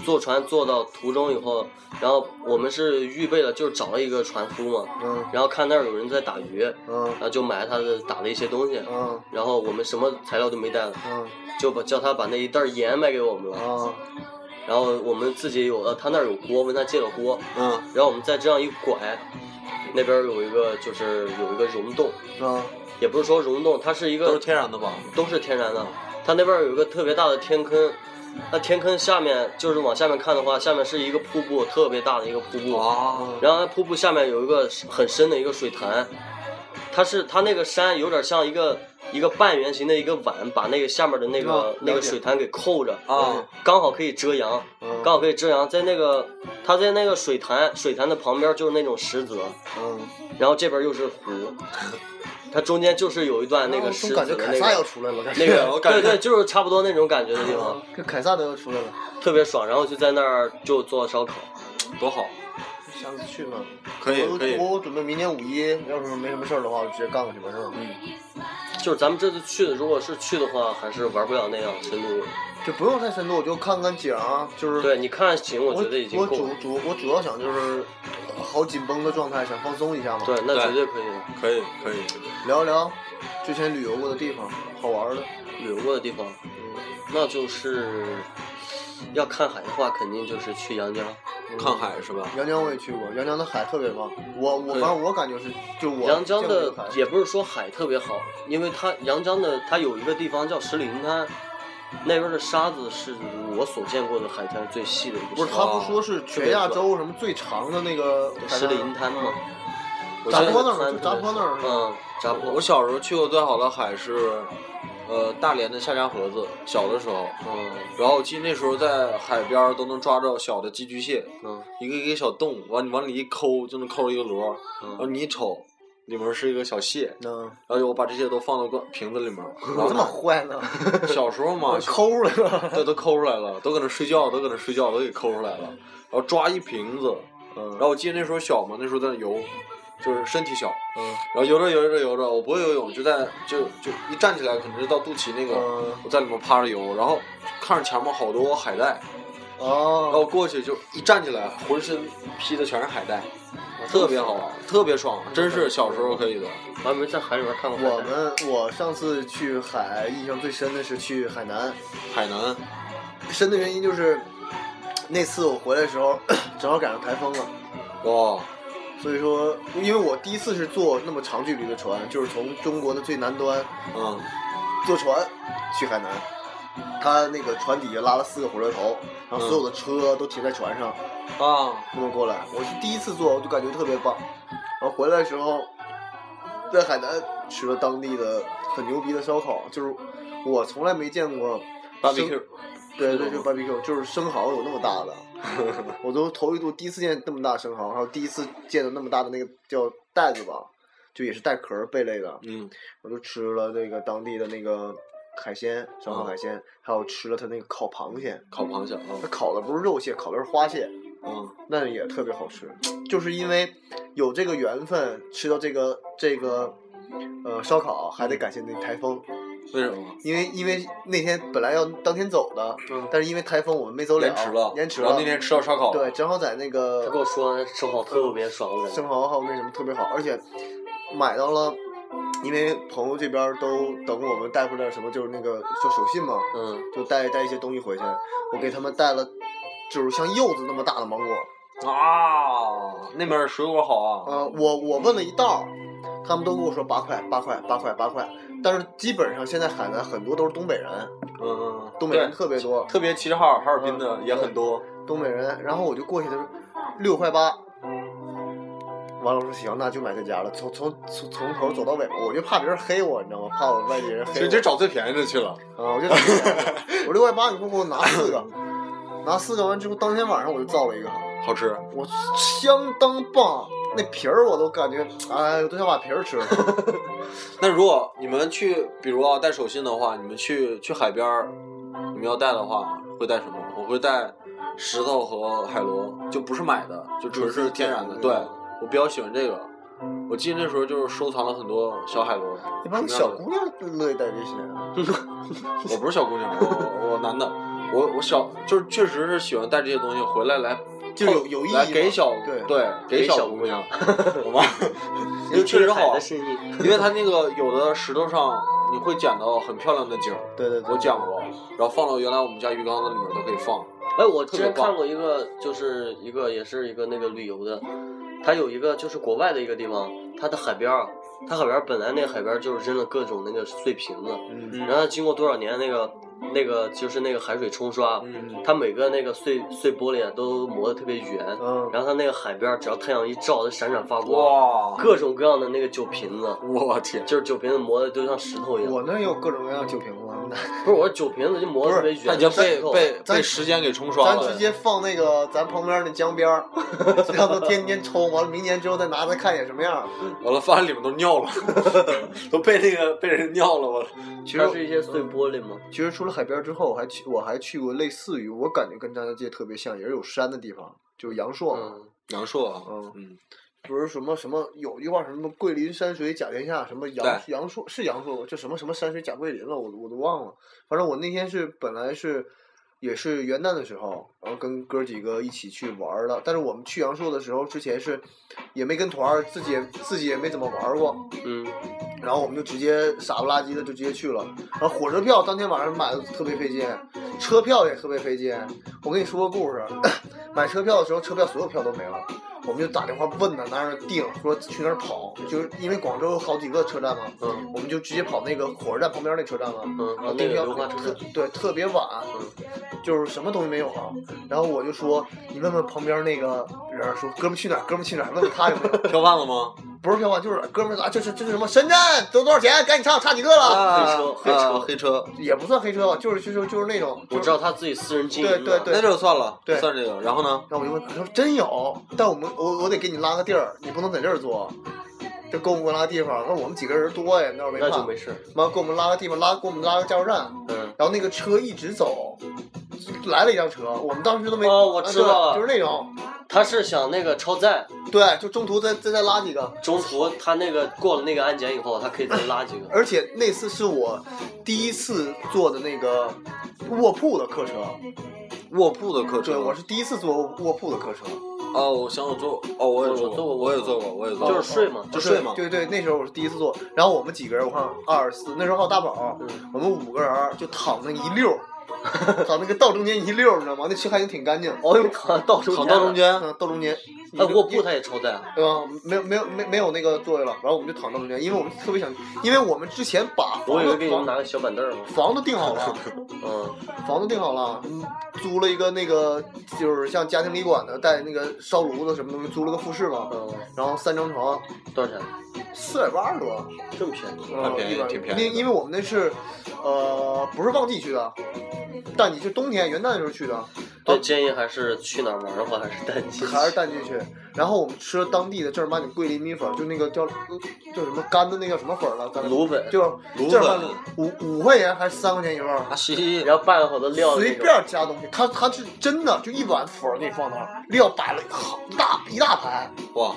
[SPEAKER 4] 坐船坐到途中以后，然后我们是预备了，就是找了一个船夫嘛，
[SPEAKER 3] 嗯
[SPEAKER 4] 然后看那儿有人在打鱼，然
[SPEAKER 3] 嗯
[SPEAKER 4] 后就买他的打了一些东西，
[SPEAKER 3] 嗯
[SPEAKER 4] 然后我们什么材料都没带了，
[SPEAKER 3] 嗯
[SPEAKER 4] 就把叫他把那一袋盐买给我们了，
[SPEAKER 3] 啊
[SPEAKER 4] 然后我们自己有了，他那儿有锅，问他借了锅，
[SPEAKER 2] 嗯，
[SPEAKER 4] 然后我们再这样一拐，那边有一个就是有一个溶洞，
[SPEAKER 3] 啊
[SPEAKER 4] 也不是说溶洞，它是一个
[SPEAKER 2] 都是天然的吧？
[SPEAKER 4] 都是天然的。它那边儿有一个特别大的天坑，那天坑下面就是往下面看的话，下面是一个瀑布，特别大的一个瀑布。
[SPEAKER 2] 啊，
[SPEAKER 4] 然后那瀑布下面有一个很深的一个水潭，它是它那个山有点像一个一个半圆形的一个碗，把那个下面的那个、
[SPEAKER 3] 啊
[SPEAKER 4] 那
[SPEAKER 3] 了
[SPEAKER 4] 个
[SPEAKER 3] 解
[SPEAKER 4] 水潭给扣着，
[SPEAKER 2] 啊，
[SPEAKER 4] 刚好可以遮阳，
[SPEAKER 3] 嗯
[SPEAKER 4] 刚好可以遮阳。在那个它在那个水潭水潭的旁边就是那种石泽，
[SPEAKER 3] 嗯，
[SPEAKER 4] 然后这边又是湖，它中间就是有一段那
[SPEAKER 3] 我
[SPEAKER 4] 个
[SPEAKER 3] 哦嗯总
[SPEAKER 4] 石
[SPEAKER 3] 感
[SPEAKER 4] 子
[SPEAKER 3] 觉
[SPEAKER 4] 的
[SPEAKER 3] 凯
[SPEAKER 4] 那
[SPEAKER 3] 撒要
[SPEAKER 4] 个。
[SPEAKER 3] 出来了，感觉
[SPEAKER 4] 那
[SPEAKER 2] 对
[SPEAKER 4] 个
[SPEAKER 2] 我感觉
[SPEAKER 4] 对对，就是差不多那种感觉的地方
[SPEAKER 3] 啊， 这凯撒都要出来了，
[SPEAKER 4] 特别爽。然后就在那儿就做烧烤，
[SPEAKER 2] 多好，
[SPEAKER 3] 下次去嘛。
[SPEAKER 2] 可以
[SPEAKER 3] 我
[SPEAKER 2] 可以，
[SPEAKER 3] 我准备明年五一，要是没什么事儿的话，我直接干过去完事儿了，
[SPEAKER 2] 嗯，
[SPEAKER 4] 就是咱们这次去的，如果是去的话，还是玩不了那样深度。
[SPEAKER 3] 就不用太深度，我就看看景儿，啊就是
[SPEAKER 4] 对，你看行，我
[SPEAKER 3] 我
[SPEAKER 4] 觉得已经
[SPEAKER 3] 我
[SPEAKER 4] 够
[SPEAKER 3] 主
[SPEAKER 4] 了。
[SPEAKER 3] 主我主要想就是呃好紧绷的状态，想放松一下嘛。
[SPEAKER 4] 对，，那
[SPEAKER 2] 对
[SPEAKER 4] 绝对可以的。
[SPEAKER 2] 可以可以，
[SPEAKER 3] 聊一聊之前旅游过的地方，好玩儿的。
[SPEAKER 4] 旅游过的地方，
[SPEAKER 3] 嗯，
[SPEAKER 4] 那就是要看海的话，肯定就是去阳江。
[SPEAKER 3] 嗯
[SPEAKER 2] 看。海是吧？
[SPEAKER 3] 阳江我也去过，阳江的海特别棒。我我
[SPEAKER 2] 对
[SPEAKER 3] 反正我感觉是，就我
[SPEAKER 4] 阳江
[SPEAKER 3] 见
[SPEAKER 4] 的
[SPEAKER 3] 过海
[SPEAKER 4] 也不是说海特别好，因为它阳江的它有一个地方叫石林滩，那边的沙子是我所见过的海滩最细的一个。
[SPEAKER 3] 不是他不说是全亚洲什么最长的那个海滩
[SPEAKER 4] 石林滩嘛？我
[SPEAKER 3] 闸
[SPEAKER 4] 见
[SPEAKER 3] 嗯坡
[SPEAKER 4] 过
[SPEAKER 3] 那儿
[SPEAKER 4] 滩
[SPEAKER 3] 就
[SPEAKER 4] 特
[SPEAKER 3] 闸
[SPEAKER 4] 别
[SPEAKER 3] 坡那
[SPEAKER 4] 少
[SPEAKER 3] 儿是吧
[SPEAKER 4] 嗯，闸坡。
[SPEAKER 2] 我小时候去过最好的海是，呃，大连的夏家河子，小的时候。
[SPEAKER 4] 嗯
[SPEAKER 2] 然后我记得那时候在海边儿都能抓着小的寄居蟹，
[SPEAKER 4] 嗯
[SPEAKER 2] 一个一个小洞，完你往里一抠就能抠出一个螺儿，然后
[SPEAKER 4] 嗯，
[SPEAKER 2] 你一瞅，里面是一个小蟹，
[SPEAKER 3] 嗯，
[SPEAKER 2] 然后就我把这些都放到罐瓶子里面儿，然
[SPEAKER 3] 这么
[SPEAKER 2] 后
[SPEAKER 3] 嗯坏 呢？，
[SPEAKER 2] 小时候嘛
[SPEAKER 3] 抠出来了。
[SPEAKER 2] 对，都抠出来了，都搁那睡觉，都搁那睡觉，都给抠出来了，然后抓一瓶子，
[SPEAKER 3] 嗯，
[SPEAKER 2] 然后我记得那时候小嘛，那时候在那游，就是身体小，
[SPEAKER 3] 嗯
[SPEAKER 2] 然后游着游着游着，我不会游泳，就在就就一站起来，可能是到肚脐那个，
[SPEAKER 3] 嗯
[SPEAKER 2] 我在里面趴着游，然后看着前面好多海带，然后
[SPEAKER 3] 哦，
[SPEAKER 2] 过去就一站起来，浑身披的全是海带，特别好玩，特别爽，真是小时候可以的。
[SPEAKER 4] 我还没在海里边看过海
[SPEAKER 3] 我
[SPEAKER 4] 滩。
[SPEAKER 3] 们我上次去海印象最深的是去海南，
[SPEAKER 2] 海南，
[SPEAKER 3] 深的原因就是那次我回来的时候正好赶上台风了。
[SPEAKER 2] 哇，
[SPEAKER 3] 所以说，因为我第一次是坐那么长距离的船，就是从中国的最南端
[SPEAKER 2] 嗯，
[SPEAKER 3] 坐船去海南，他那个船底下拉了四个火车头，然后所有的车都停在船上，
[SPEAKER 2] 啊，
[SPEAKER 3] 那么过来。我是第一次坐，我就感觉特别棒。然后回来的时候，在海南吃了当地的很牛逼的烧烤，就是我从来没见过
[SPEAKER 2] 芭比 Q，
[SPEAKER 3] 对对，
[SPEAKER 2] 是
[SPEAKER 3] 就
[SPEAKER 2] 吗
[SPEAKER 3] barbecue，就是生蚝有那么大的， 我都头一度第一次见那么大生蚝，然后第一次见到那么大的那个叫袋子吧，就也是带壳儿贝类的，
[SPEAKER 2] 嗯，
[SPEAKER 3] 我就吃了那个当地的那个海鲜，烧烤海鲜，还有吃了它那个烤螃蟹，
[SPEAKER 2] 烤螃蟹啊，
[SPEAKER 3] 它烤的不是肉蟹，烤的是花蟹，
[SPEAKER 2] 嗯
[SPEAKER 3] 那也特别好吃，就是因为有这个缘分吃到这个这个呃烧烤，还得感谢那台风，
[SPEAKER 2] 为什么？
[SPEAKER 3] 因为因为那天本来要当天走的，
[SPEAKER 2] 嗯
[SPEAKER 3] 但是因为台风我们没走了，
[SPEAKER 2] 延迟了，
[SPEAKER 3] 延迟
[SPEAKER 2] 然
[SPEAKER 3] 了。
[SPEAKER 2] 后那天吃到烧烤，
[SPEAKER 3] 对，正好在那
[SPEAKER 4] 他跟
[SPEAKER 3] 个
[SPEAKER 4] 我说那生蚝特别爽，我感觉
[SPEAKER 3] 生蚝还有那什么特别好，而且买到了，因为朋友这边都等我们带回来什么，就是那个就手信嘛，
[SPEAKER 4] 嗯，
[SPEAKER 3] 就带带一些东西回去。我给他们带了，就是像柚子那么大的芒果，
[SPEAKER 2] 啊，那边儿水果好啊，
[SPEAKER 3] 呃，我我问了一道儿，他们都跟我说八块八块八块八块，但是基本上现在海南很多都是东北人，
[SPEAKER 2] 嗯嗯，
[SPEAKER 3] 东北人特别多
[SPEAKER 2] 对，特别齐齐哈尔、哈尔滨的
[SPEAKER 3] 嗯
[SPEAKER 2] 也很多，
[SPEAKER 3] 东北人，然后我就过去，他说六块八。完了，我说行，那就买这家了。从从从从头走到尾，我就怕别人黑我，你知道吗？怕我外地人黑
[SPEAKER 2] 直
[SPEAKER 3] 我。
[SPEAKER 2] 接找最便宜的去了，
[SPEAKER 3] 啊，我就我六块八，你给我拿四个，拿四个完之后，当天晚上我就造了一个，
[SPEAKER 2] 好吃，
[SPEAKER 3] 我相当棒，那皮儿我都感觉，哎，我都想把皮儿吃了。
[SPEAKER 2] 那如果你们去，比如啊带手信的话，你们去去海边儿，你们要带的话会带什么？我会带石头和海螺，就不是买的，就纯是天然的。
[SPEAKER 3] 嗯
[SPEAKER 2] 对我比较喜欢这个。我记得那时候就是收藏了很多小海螺，
[SPEAKER 3] 一般
[SPEAKER 2] 什么
[SPEAKER 3] 小
[SPEAKER 2] 样的
[SPEAKER 3] 姑娘都乐意带这些，
[SPEAKER 2] 我不是小姑娘，我我男的，我我小就是确实是喜欢带这些东西回来来，
[SPEAKER 3] 就有有意义嘛
[SPEAKER 2] 来给小
[SPEAKER 3] 对
[SPEAKER 2] 给
[SPEAKER 4] 给小
[SPEAKER 2] 姑 娘，好吗？ 因为确实好
[SPEAKER 4] 海
[SPEAKER 2] 玩
[SPEAKER 4] 的，深意。
[SPEAKER 2] 因为它那个有的石头上你会捡到很漂亮的景儿，
[SPEAKER 3] 对对对，
[SPEAKER 2] 我捡过，然后放到原来我们家鱼缸子里面都可以放。
[SPEAKER 4] 哎，我之前
[SPEAKER 2] 特别棒
[SPEAKER 4] 看过一个，就是一个也是一个那个旅游的，它有一个就是国外的一个地方，它的海边儿它海边本来那海边就是扔了各种那个碎瓶子，
[SPEAKER 3] 嗯
[SPEAKER 2] 嗯
[SPEAKER 4] 然后经过多少年那个那个就是那个海水冲刷，
[SPEAKER 2] 嗯
[SPEAKER 4] 它每个那个碎碎玻璃啊都磨得特别圆，
[SPEAKER 3] 嗯，
[SPEAKER 4] 然后它那个海边只要太阳一照，它闪闪发 光，
[SPEAKER 2] 哇，
[SPEAKER 4] 各种各样的那个酒瓶子，
[SPEAKER 2] 我天，
[SPEAKER 4] 就是酒瓶子磨的都像石头一样。
[SPEAKER 3] 我那有各种各样酒瓶子，
[SPEAKER 4] 不是我说酒瓶子就磨得特别圆，
[SPEAKER 2] 他已经
[SPEAKER 4] 像石
[SPEAKER 2] 被
[SPEAKER 4] 头
[SPEAKER 2] 被
[SPEAKER 3] 咱
[SPEAKER 2] 被时间给冲刷
[SPEAKER 3] 咱
[SPEAKER 2] 了
[SPEAKER 3] 直。接放那个咱旁边那江边儿， 让他天天抽，完了明年之后再拿再看一眼什么样。
[SPEAKER 2] 完了，发现里面都尿了， 都被那个被人尿了。我
[SPEAKER 3] 其
[SPEAKER 4] 它是一些碎玻璃吗？
[SPEAKER 3] 其实除了海边之后，我还去我还去过类似于我感觉跟张家界特别像，也是有山的地方，就是阳朔嘛。
[SPEAKER 4] 嗯，
[SPEAKER 2] 杨硕啊，
[SPEAKER 3] 嗯
[SPEAKER 2] 嗯，
[SPEAKER 3] 不是什么什么，有句话什么“桂林山水甲天下”，什么杨
[SPEAKER 2] 对
[SPEAKER 3] 杨朔是杨朔吗，这什么什么山水甲桂林了，我都我都忘了。反正我那天是本来是也是元旦的时候，然后跟哥几个一起去玩儿的。但是我们去阳朔的时候，之前是也没跟团儿，自己也自己也没怎么玩儿过。
[SPEAKER 4] 嗯，
[SPEAKER 3] 然后我们就直接傻不拉几的就直接去了。然后火车票当天晚上买的特别费劲，车票也特别费劲。我跟你说个故事， 买车票的时候车票所有票都没了，我们就打电话问他那儿订，说去哪儿跑，就是因为广州有好几个车站嘛，
[SPEAKER 4] 嗯，
[SPEAKER 3] 我们就直接跑那个火车站旁边那车站了。
[SPEAKER 4] 嗯，
[SPEAKER 3] 然
[SPEAKER 4] 啊
[SPEAKER 3] 后
[SPEAKER 4] 那
[SPEAKER 3] 订
[SPEAKER 4] 个
[SPEAKER 3] 票
[SPEAKER 4] 流花车
[SPEAKER 3] 特
[SPEAKER 4] 站，嗯
[SPEAKER 3] 对特别晚，就是什么东西没有啊。然后我就说，你问问旁边那个人儿，说哥们去哪儿，哥们去哪儿，问问他有没有。
[SPEAKER 2] 票贩子吗？
[SPEAKER 3] 不是票贩，就是哥们儿啊，这是这是什么？深圳都多少钱？赶紧唱，差几个了？
[SPEAKER 4] 黑车
[SPEAKER 2] 啊黑车，
[SPEAKER 3] 也不算黑车吧，就是就是就是那种。
[SPEAKER 4] 我知道他自己私人经营的，
[SPEAKER 3] 对对对
[SPEAKER 2] 那就算了，
[SPEAKER 3] 对
[SPEAKER 2] 算这个。然后呢？
[SPEAKER 3] 然后我就问他说真有，但我们我我得给你拉个地儿，你不能在这儿坐，这够不够拉地方？那我们几个人多呀，那会儿没
[SPEAKER 4] 那就
[SPEAKER 3] 怕。
[SPEAKER 4] 没事儿。
[SPEAKER 3] 妈给我们拉个地方，拉给我们拉个加油站，
[SPEAKER 4] 嗯，
[SPEAKER 3] 然后那个车一直走，来了一辆车，我们当时都没。
[SPEAKER 4] 哦我知道了
[SPEAKER 3] 啊对就是那种，
[SPEAKER 4] 他是想那个超载，
[SPEAKER 3] 对，就中途再再再拉几个。
[SPEAKER 4] 中途他那个过了那个安检以后，他可以再拉几个。
[SPEAKER 3] 而且那次是我第一次坐的那个卧铺的客车，
[SPEAKER 2] 卧铺的客
[SPEAKER 3] 对，
[SPEAKER 2] 车，
[SPEAKER 4] 嗯
[SPEAKER 3] 我是第一次坐卧铺的客车，
[SPEAKER 2] 哦，我想我坐，哦，我也
[SPEAKER 4] 我
[SPEAKER 2] 坐
[SPEAKER 4] 坐过
[SPEAKER 2] 我也坐过，我也坐过， 哦
[SPEAKER 4] 就是睡嘛，
[SPEAKER 2] 就睡嘛。
[SPEAKER 3] 对对，那时候我是第一次坐，然后我们几个人，我看二四，那时候还有大宝，
[SPEAKER 4] 嗯
[SPEAKER 3] 我们五个人儿就躺那一 溜儿，躺那个道中间一溜儿，你知道吗？那车还挺挺干净，
[SPEAKER 4] 哦呦，躺到中
[SPEAKER 2] 躺到中间，
[SPEAKER 3] 嗯，道中间，
[SPEAKER 4] 哎，卧铺他也超载啊，
[SPEAKER 3] 啊，没有没有没没有那个座位了，然后我们就躺道中间，因为我们特别想，因为我们之前把
[SPEAKER 4] 我
[SPEAKER 3] 房
[SPEAKER 4] 以为
[SPEAKER 3] 子
[SPEAKER 4] 给你们拿个小板凳儿呢。
[SPEAKER 3] 房子订好 了，
[SPEAKER 4] 嗯，
[SPEAKER 3] 房子订好了，嗯，租了一个那个就是像家庭旅馆的带那个烧炉子什么东西，租了个复式嘛，
[SPEAKER 4] 嗯，
[SPEAKER 3] 然后三张床，
[SPEAKER 4] 多少钱？
[SPEAKER 3] 四百八十多，
[SPEAKER 4] 这么便宜？
[SPEAKER 2] 那便宜
[SPEAKER 3] 嗯100
[SPEAKER 2] 挺便宜的
[SPEAKER 3] 因因为我们那是，呃，不是旺季去的，但你是冬天元旦的时候去的，
[SPEAKER 4] 对，建议还是去哪儿玩的话，还是淡季。
[SPEAKER 3] 还是淡季去。然后我们吃了当地的正儿八经桂林米粉儿，就那个叫叫什么干的那叫什么粉儿了，咱们
[SPEAKER 4] 卤粉，
[SPEAKER 3] 就是
[SPEAKER 2] 卤
[SPEAKER 3] 正儿八
[SPEAKER 2] 粉
[SPEAKER 3] 经五五块钱还是三块钱一份儿，
[SPEAKER 2] 啊，西，
[SPEAKER 4] 然后拌好的料那
[SPEAKER 3] 随
[SPEAKER 4] 种，
[SPEAKER 3] 便加东西，他他是真的就一碗粉儿给你放那儿，料摆了好一大一大盘，
[SPEAKER 2] 哇，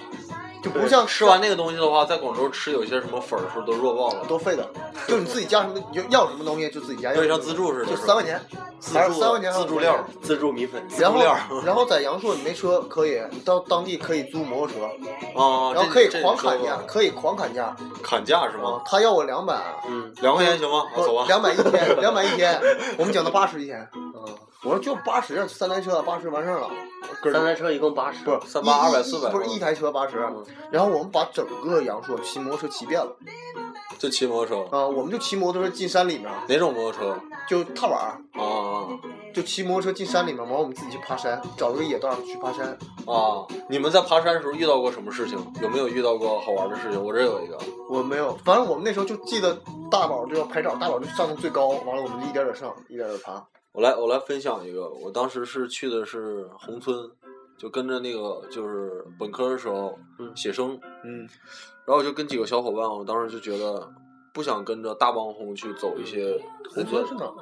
[SPEAKER 3] 就不像
[SPEAKER 2] 吃完那个东西的话，在广州吃有些什么粉儿是不是都弱爆了？
[SPEAKER 3] 都废的，就你自己加什么你就要什么东西就自己加，
[SPEAKER 2] 有点像自助似的，
[SPEAKER 3] 就是
[SPEAKER 2] 吧
[SPEAKER 3] 三块钱，
[SPEAKER 2] 自
[SPEAKER 3] 还是
[SPEAKER 2] 助
[SPEAKER 3] 三块钱还是
[SPEAKER 2] 自助
[SPEAKER 3] 五块
[SPEAKER 2] 料
[SPEAKER 3] 钱
[SPEAKER 2] 儿，
[SPEAKER 4] 自助米粉。
[SPEAKER 3] 然
[SPEAKER 2] 塑料
[SPEAKER 3] 后， 然后在阳朔你没车可以，你到当地可以租摩托车，
[SPEAKER 2] 啊，
[SPEAKER 3] 然后
[SPEAKER 2] 这
[SPEAKER 3] 可以
[SPEAKER 2] 这
[SPEAKER 3] 狂
[SPEAKER 2] 你说
[SPEAKER 3] 砍
[SPEAKER 2] 过
[SPEAKER 3] 价，可以狂砍价。
[SPEAKER 2] 砍价是
[SPEAKER 3] 啊
[SPEAKER 2] 吗？，
[SPEAKER 3] 他要我两百，
[SPEAKER 4] 嗯，
[SPEAKER 2] 两块钱行吗？啊，啊走吧。
[SPEAKER 3] 两百一 天，两百一天，我们讲到八十一天。
[SPEAKER 4] 嗯，
[SPEAKER 3] 我说就八十，三台车八十完事儿了。哥
[SPEAKER 4] 三
[SPEAKER 3] 儿
[SPEAKER 4] 台车一共八十。
[SPEAKER 3] 不是
[SPEAKER 2] 三八
[SPEAKER 3] 一
[SPEAKER 2] 200
[SPEAKER 3] 一
[SPEAKER 2] 400
[SPEAKER 3] 不是一台车八十。然后我们把整个阳朔骑摩托车骑遍了
[SPEAKER 2] 就骑摩托车，
[SPEAKER 3] 啊，我们就骑摩托车进山里面，
[SPEAKER 2] 哪种摩托车？
[SPEAKER 3] 就踏板儿，
[SPEAKER 2] 啊
[SPEAKER 3] 就骑摩托车进山里面，完我们自己去爬山，找了个野道儿去爬山。
[SPEAKER 2] 啊啊！你们在爬山的时候遇到过什么事情？有没有遇到过好玩的事情？我这有一个，
[SPEAKER 3] 我没有，反正我们那时候就记得大宝就要拍照，大宝就上到最高，完了我们就一点点上，一点点爬。
[SPEAKER 2] 我来我来分享一个，我当时是去的是宏村，就跟着那个就是本科的时候
[SPEAKER 4] 嗯
[SPEAKER 2] 写生，
[SPEAKER 3] 嗯
[SPEAKER 2] 然后我就跟几个小伙伴，我当时就觉得不想跟着大帮红去走一些
[SPEAKER 3] 你
[SPEAKER 2] 宏
[SPEAKER 3] 说
[SPEAKER 2] 村
[SPEAKER 3] 是，哪儿？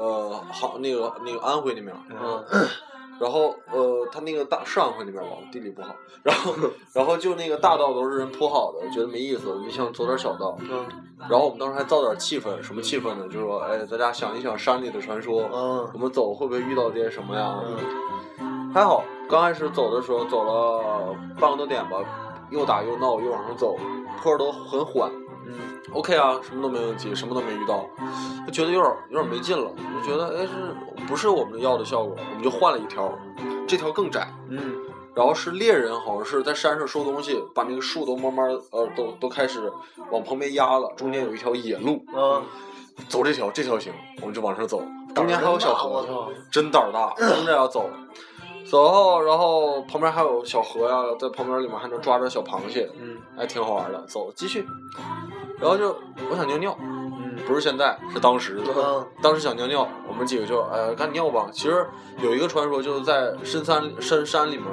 [SPEAKER 2] 呃，好那个那个安徽那边儿，
[SPEAKER 4] 嗯，
[SPEAKER 2] 然后呃，他那个大是安徽那边吧，我地理不好。然后然后就那个大道都是人铺好的，觉得没意思，我们就想走点小道。
[SPEAKER 3] 嗯
[SPEAKER 2] 然后我们当时还造点气氛，什么气氛呢？就是说，哎，大家想一想山里的传说，
[SPEAKER 3] 嗯
[SPEAKER 2] 我们走会不会遇到这些什么呀？
[SPEAKER 3] 嗯
[SPEAKER 2] 还好，刚开始走的时候走了半个多点吧，又打又闹又往上走，坡儿都很缓。
[SPEAKER 3] 嗯
[SPEAKER 2] OK 啊，什么都没问题，什么都没遇到，就觉得有点有点没劲了，就觉得哎是不是我们要的效果，我们就换了一条，这条更窄。
[SPEAKER 3] 嗯，
[SPEAKER 2] 然后是猎人，好像是在山上收东西，把那个树都慢慢呃都都开始往旁边压了，中间有一条野路，
[SPEAKER 3] 啊，
[SPEAKER 2] 走这条这条行，我们就往上走，中间还有小河，真胆儿大，真的要走。走后，然后旁边还有小河呀、在旁边里面还能抓着小螃蟹，
[SPEAKER 3] 嗯
[SPEAKER 2] 还挺好玩的。走，继续，然后就我想尿尿，
[SPEAKER 3] 嗯
[SPEAKER 2] 不是现在，是当时
[SPEAKER 3] 嗯，
[SPEAKER 2] 当时想尿尿，我们几个就哎干尿吧。其实有一个传说就是在深山深山里面，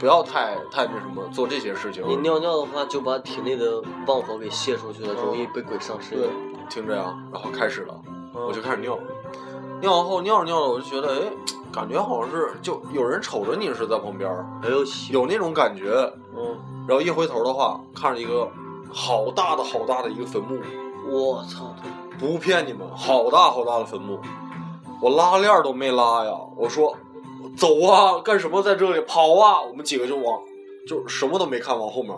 [SPEAKER 2] 不要太太那什么做这些事情。
[SPEAKER 4] 你尿尿的话，就把体内的旺火给泄出去了，容易被鬼上身。
[SPEAKER 2] 嗯对，
[SPEAKER 3] 嗯
[SPEAKER 2] 听着呀，然后开始了，我就
[SPEAKER 3] 看
[SPEAKER 2] 开始尿，尿完后尿着尿着，我就觉得哎，感觉好像是就有人瞅着你似的在旁边儿，
[SPEAKER 4] 哎呦，洗
[SPEAKER 2] 有那种感觉。
[SPEAKER 3] 嗯
[SPEAKER 2] 然后一回头的话，看着一个好大的好大的一个坟墓，
[SPEAKER 4] 我操！
[SPEAKER 2] 不骗你们，好大好大的坟墓，我拉链都没拉呀！我说，走啊，干什么在这里跑啊？我们几个就往，就什么都没看，往后面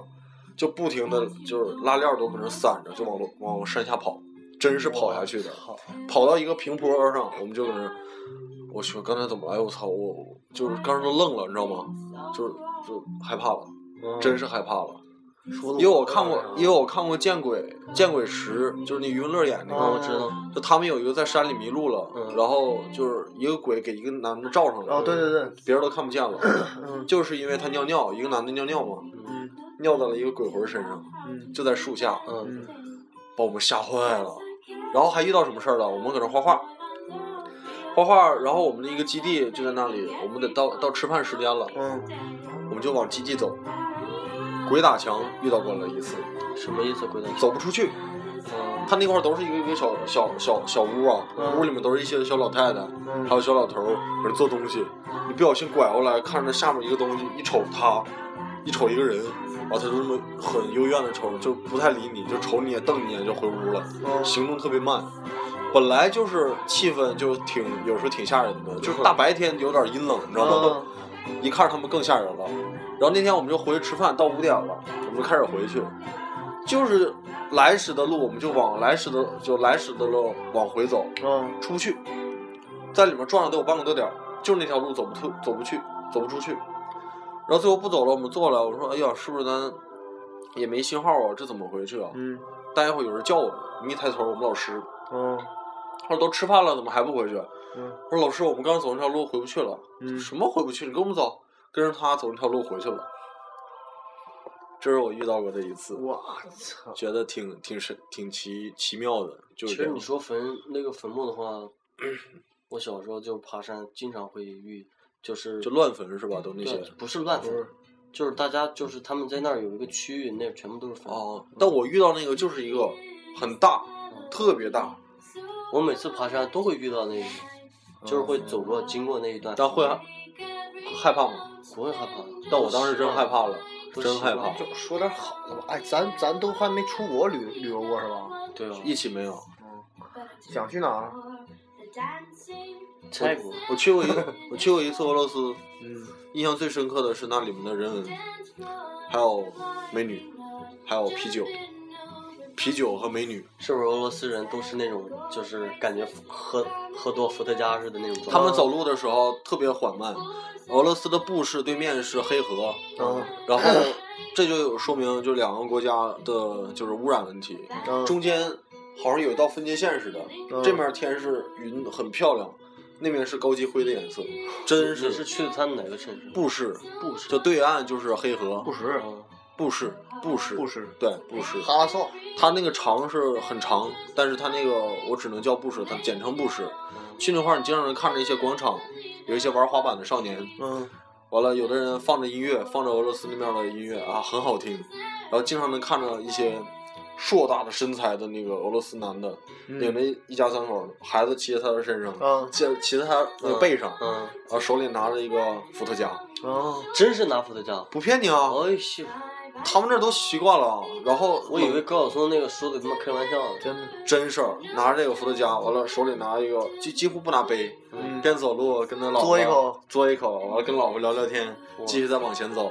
[SPEAKER 2] 就不停的就是拉链都搁那散着，就往楼往山下跑，真是跑下去的，
[SPEAKER 3] 好，
[SPEAKER 2] 跑到一个平坡上，我们就搁那，我去，刚才怎么来？哎我操，我我就是刚才都愣了，你知道吗？就是就害怕了，真是害怕了。
[SPEAKER 3] 嗯说的
[SPEAKER 2] 因为我看过，
[SPEAKER 3] 啊
[SPEAKER 2] 因为我看过《见鬼见鬼时》，就是那余文乐演那个，
[SPEAKER 3] 哦
[SPEAKER 4] 啊，我知道，
[SPEAKER 2] 就他们有一个在山里迷路了，
[SPEAKER 4] 嗯
[SPEAKER 2] 然后就是一个鬼给一个男的罩上了，
[SPEAKER 3] 哦，对对对，
[SPEAKER 2] 别人都看不见了，
[SPEAKER 3] 嗯
[SPEAKER 2] 就是因为他尿尿，一个男的尿尿嘛，
[SPEAKER 3] 嗯
[SPEAKER 2] 尿在了一个鬼魂身上，
[SPEAKER 3] 嗯
[SPEAKER 2] 就在树下，
[SPEAKER 4] 嗯，
[SPEAKER 3] 嗯
[SPEAKER 2] 把我们吓坏了。然后还遇到什么事儿了？我们搁那画画，画画，然后我们的一个基地就在那里，我们得到到吃饭时间了，
[SPEAKER 3] 嗯，
[SPEAKER 2] 我们就往基地走。鬼打墙遇到过了一次，
[SPEAKER 4] 什么意思？鬼蛋？
[SPEAKER 2] 走不出去，
[SPEAKER 4] 嗯，
[SPEAKER 2] 他那块儿都是一个一个小小小小屋啊，
[SPEAKER 3] 嗯
[SPEAKER 2] 屋里面都是一些小老太太，
[SPEAKER 3] 嗯
[SPEAKER 2] 还有小老头儿搁那做东西。你不小心拐过来，看着下面一个东西，一瞅他，一瞅一个人，然后他就那么很幽怨的瞅，就不太理你，就瞅你也瞪你也就回屋了，
[SPEAKER 3] 嗯
[SPEAKER 2] 行动特别慢。本来就是气氛就挺有时候挺吓人的，就是大白天有点阴冷，你知道
[SPEAKER 3] 嗯
[SPEAKER 2] 吗？一看他们更吓人了。然后那天我们就回去吃饭，到五点了，我们就开始回去，就是来时的路，我们就往来时的就来时的路往回走，
[SPEAKER 3] 嗯
[SPEAKER 2] 出去，在里面转了得有半个多点儿，就是那条路走不出，走不去，走不出去。然后最后不走了，我们坐了，我说：“哎呀，是不是咱也没信号啊？这怎么回去啊
[SPEAKER 3] 嗯？”
[SPEAKER 2] 待会儿有人叫我们，我们一抬头，我们老师，
[SPEAKER 3] 嗯
[SPEAKER 2] 他说：“都吃饭了，怎么还不回去？”
[SPEAKER 3] 嗯
[SPEAKER 2] 我说：“老师，我们刚走那条路回不去了。”
[SPEAKER 3] 嗯
[SPEAKER 2] 什么回不去？你跟我们走，跟着他走那条路回去了。这是我遇到过的一次，
[SPEAKER 3] 我操，
[SPEAKER 2] 觉得挺挺神、挺奇奇妙的，就是
[SPEAKER 4] 其实
[SPEAKER 2] 这
[SPEAKER 4] 你
[SPEAKER 2] 样。
[SPEAKER 4] 说坟那个坟墓的话， 我小时候就爬山，经常会遇，就是
[SPEAKER 2] 就乱坟是吧？都那些嗯
[SPEAKER 4] 对，不是乱
[SPEAKER 3] 不
[SPEAKER 4] 坟
[SPEAKER 3] 是，
[SPEAKER 4] 就是大家就是他们在那儿有一个区域，那全部都是坟。
[SPEAKER 2] 哦。但我遇到那个就是一个很大，特别大，
[SPEAKER 4] 我每次爬山都会遇到那个，就是会走过经过那一段，
[SPEAKER 2] 嗯但会害怕吗？
[SPEAKER 4] 不会害怕的。
[SPEAKER 2] 但我当时真害怕了，
[SPEAKER 4] 都
[SPEAKER 2] 真
[SPEAKER 4] 习
[SPEAKER 2] 害
[SPEAKER 4] 惯
[SPEAKER 2] 怕
[SPEAKER 4] 了。
[SPEAKER 3] 就说点好的吧，哎，咱咱都还没出国旅旅游过是吧？
[SPEAKER 4] 对啊，
[SPEAKER 2] 一起没有。
[SPEAKER 3] 想去哪儿？
[SPEAKER 4] 泰国
[SPEAKER 2] 我去过一 我去过一次俄罗斯，
[SPEAKER 3] 嗯
[SPEAKER 2] 印象最深刻的是那里面的人文，还有美女，还有啤酒，啤酒和美女。
[SPEAKER 4] 是不是俄罗斯人都是那种就是感觉喝喝多伏特加似的那种状态？
[SPEAKER 2] 他们走路的时候特别缓慢，俄罗斯的布市对面是黑河，
[SPEAKER 3] 嗯
[SPEAKER 2] 然后这就有说明，就两个国家的就是污染问题，
[SPEAKER 3] 嗯，
[SPEAKER 2] 中间好像有一道分界线似的，
[SPEAKER 3] 嗯
[SPEAKER 2] 这面天是云，很漂亮，那面是高级灰的颜色，真
[SPEAKER 4] 你是
[SPEAKER 2] 是
[SPEAKER 4] 去的他们哪个城市？
[SPEAKER 2] 布市，
[SPEAKER 4] 嗯布什
[SPEAKER 2] 就对岸就是黑河，
[SPEAKER 3] 布什
[SPEAKER 4] 嗯
[SPEAKER 2] 布市，布市，
[SPEAKER 3] 布什
[SPEAKER 2] 对，布市，
[SPEAKER 3] 哈拉少，
[SPEAKER 2] 它那个长是很长，但是它那个我只能叫布市，它简称布市。去那块儿，你经常能看着一些广场，有一些玩滑板的少年，
[SPEAKER 3] 嗯
[SPEAKER 2] 完了，有的人放着音乐，放着俄罗斯那边的音乐啊，很好听。然后经常能看着一些硕大的身材的那个俄罗斯男的，领着一家三口，孩子骑在他的身上，
[SPEAKER 3] 嗯啊
[SPEAKER 2] 骑骑在他那个背上，啊，
[SPEAKER 4] 嗯，
[SPEAKER 2] 手里拿着一个伏特加。
[SPEAKER 3] 啊，
[SPEAKER 2] 嗯
[SPEAKER 4] 真是拿伏特加。
[SPEAKER 2] 不骗你啊，
[SPEAKER 4] 哎西，
[SPEAKER 2] 他们那儿都习惯了。啊然后
[SPEAKER 4] 我以为高晓松那个说的他妈开玩笑呢。
[SPEAKER 3] 真的，
[SPEAKER 2] 真事儿，拿着这个伏特加，完了手里拿一个，几几乎不拿杯，
[SPEAKER 3] 嗯
[SPEAKER 2] 边走路跟他老婆
[SPEAKER 3] 嘬一口，
[SPEAKER 2] 嘬一口，完了跟老婆聊聊天，
[SPEAKER 4] 哇
[SPEAKER 2] 继续再往前走。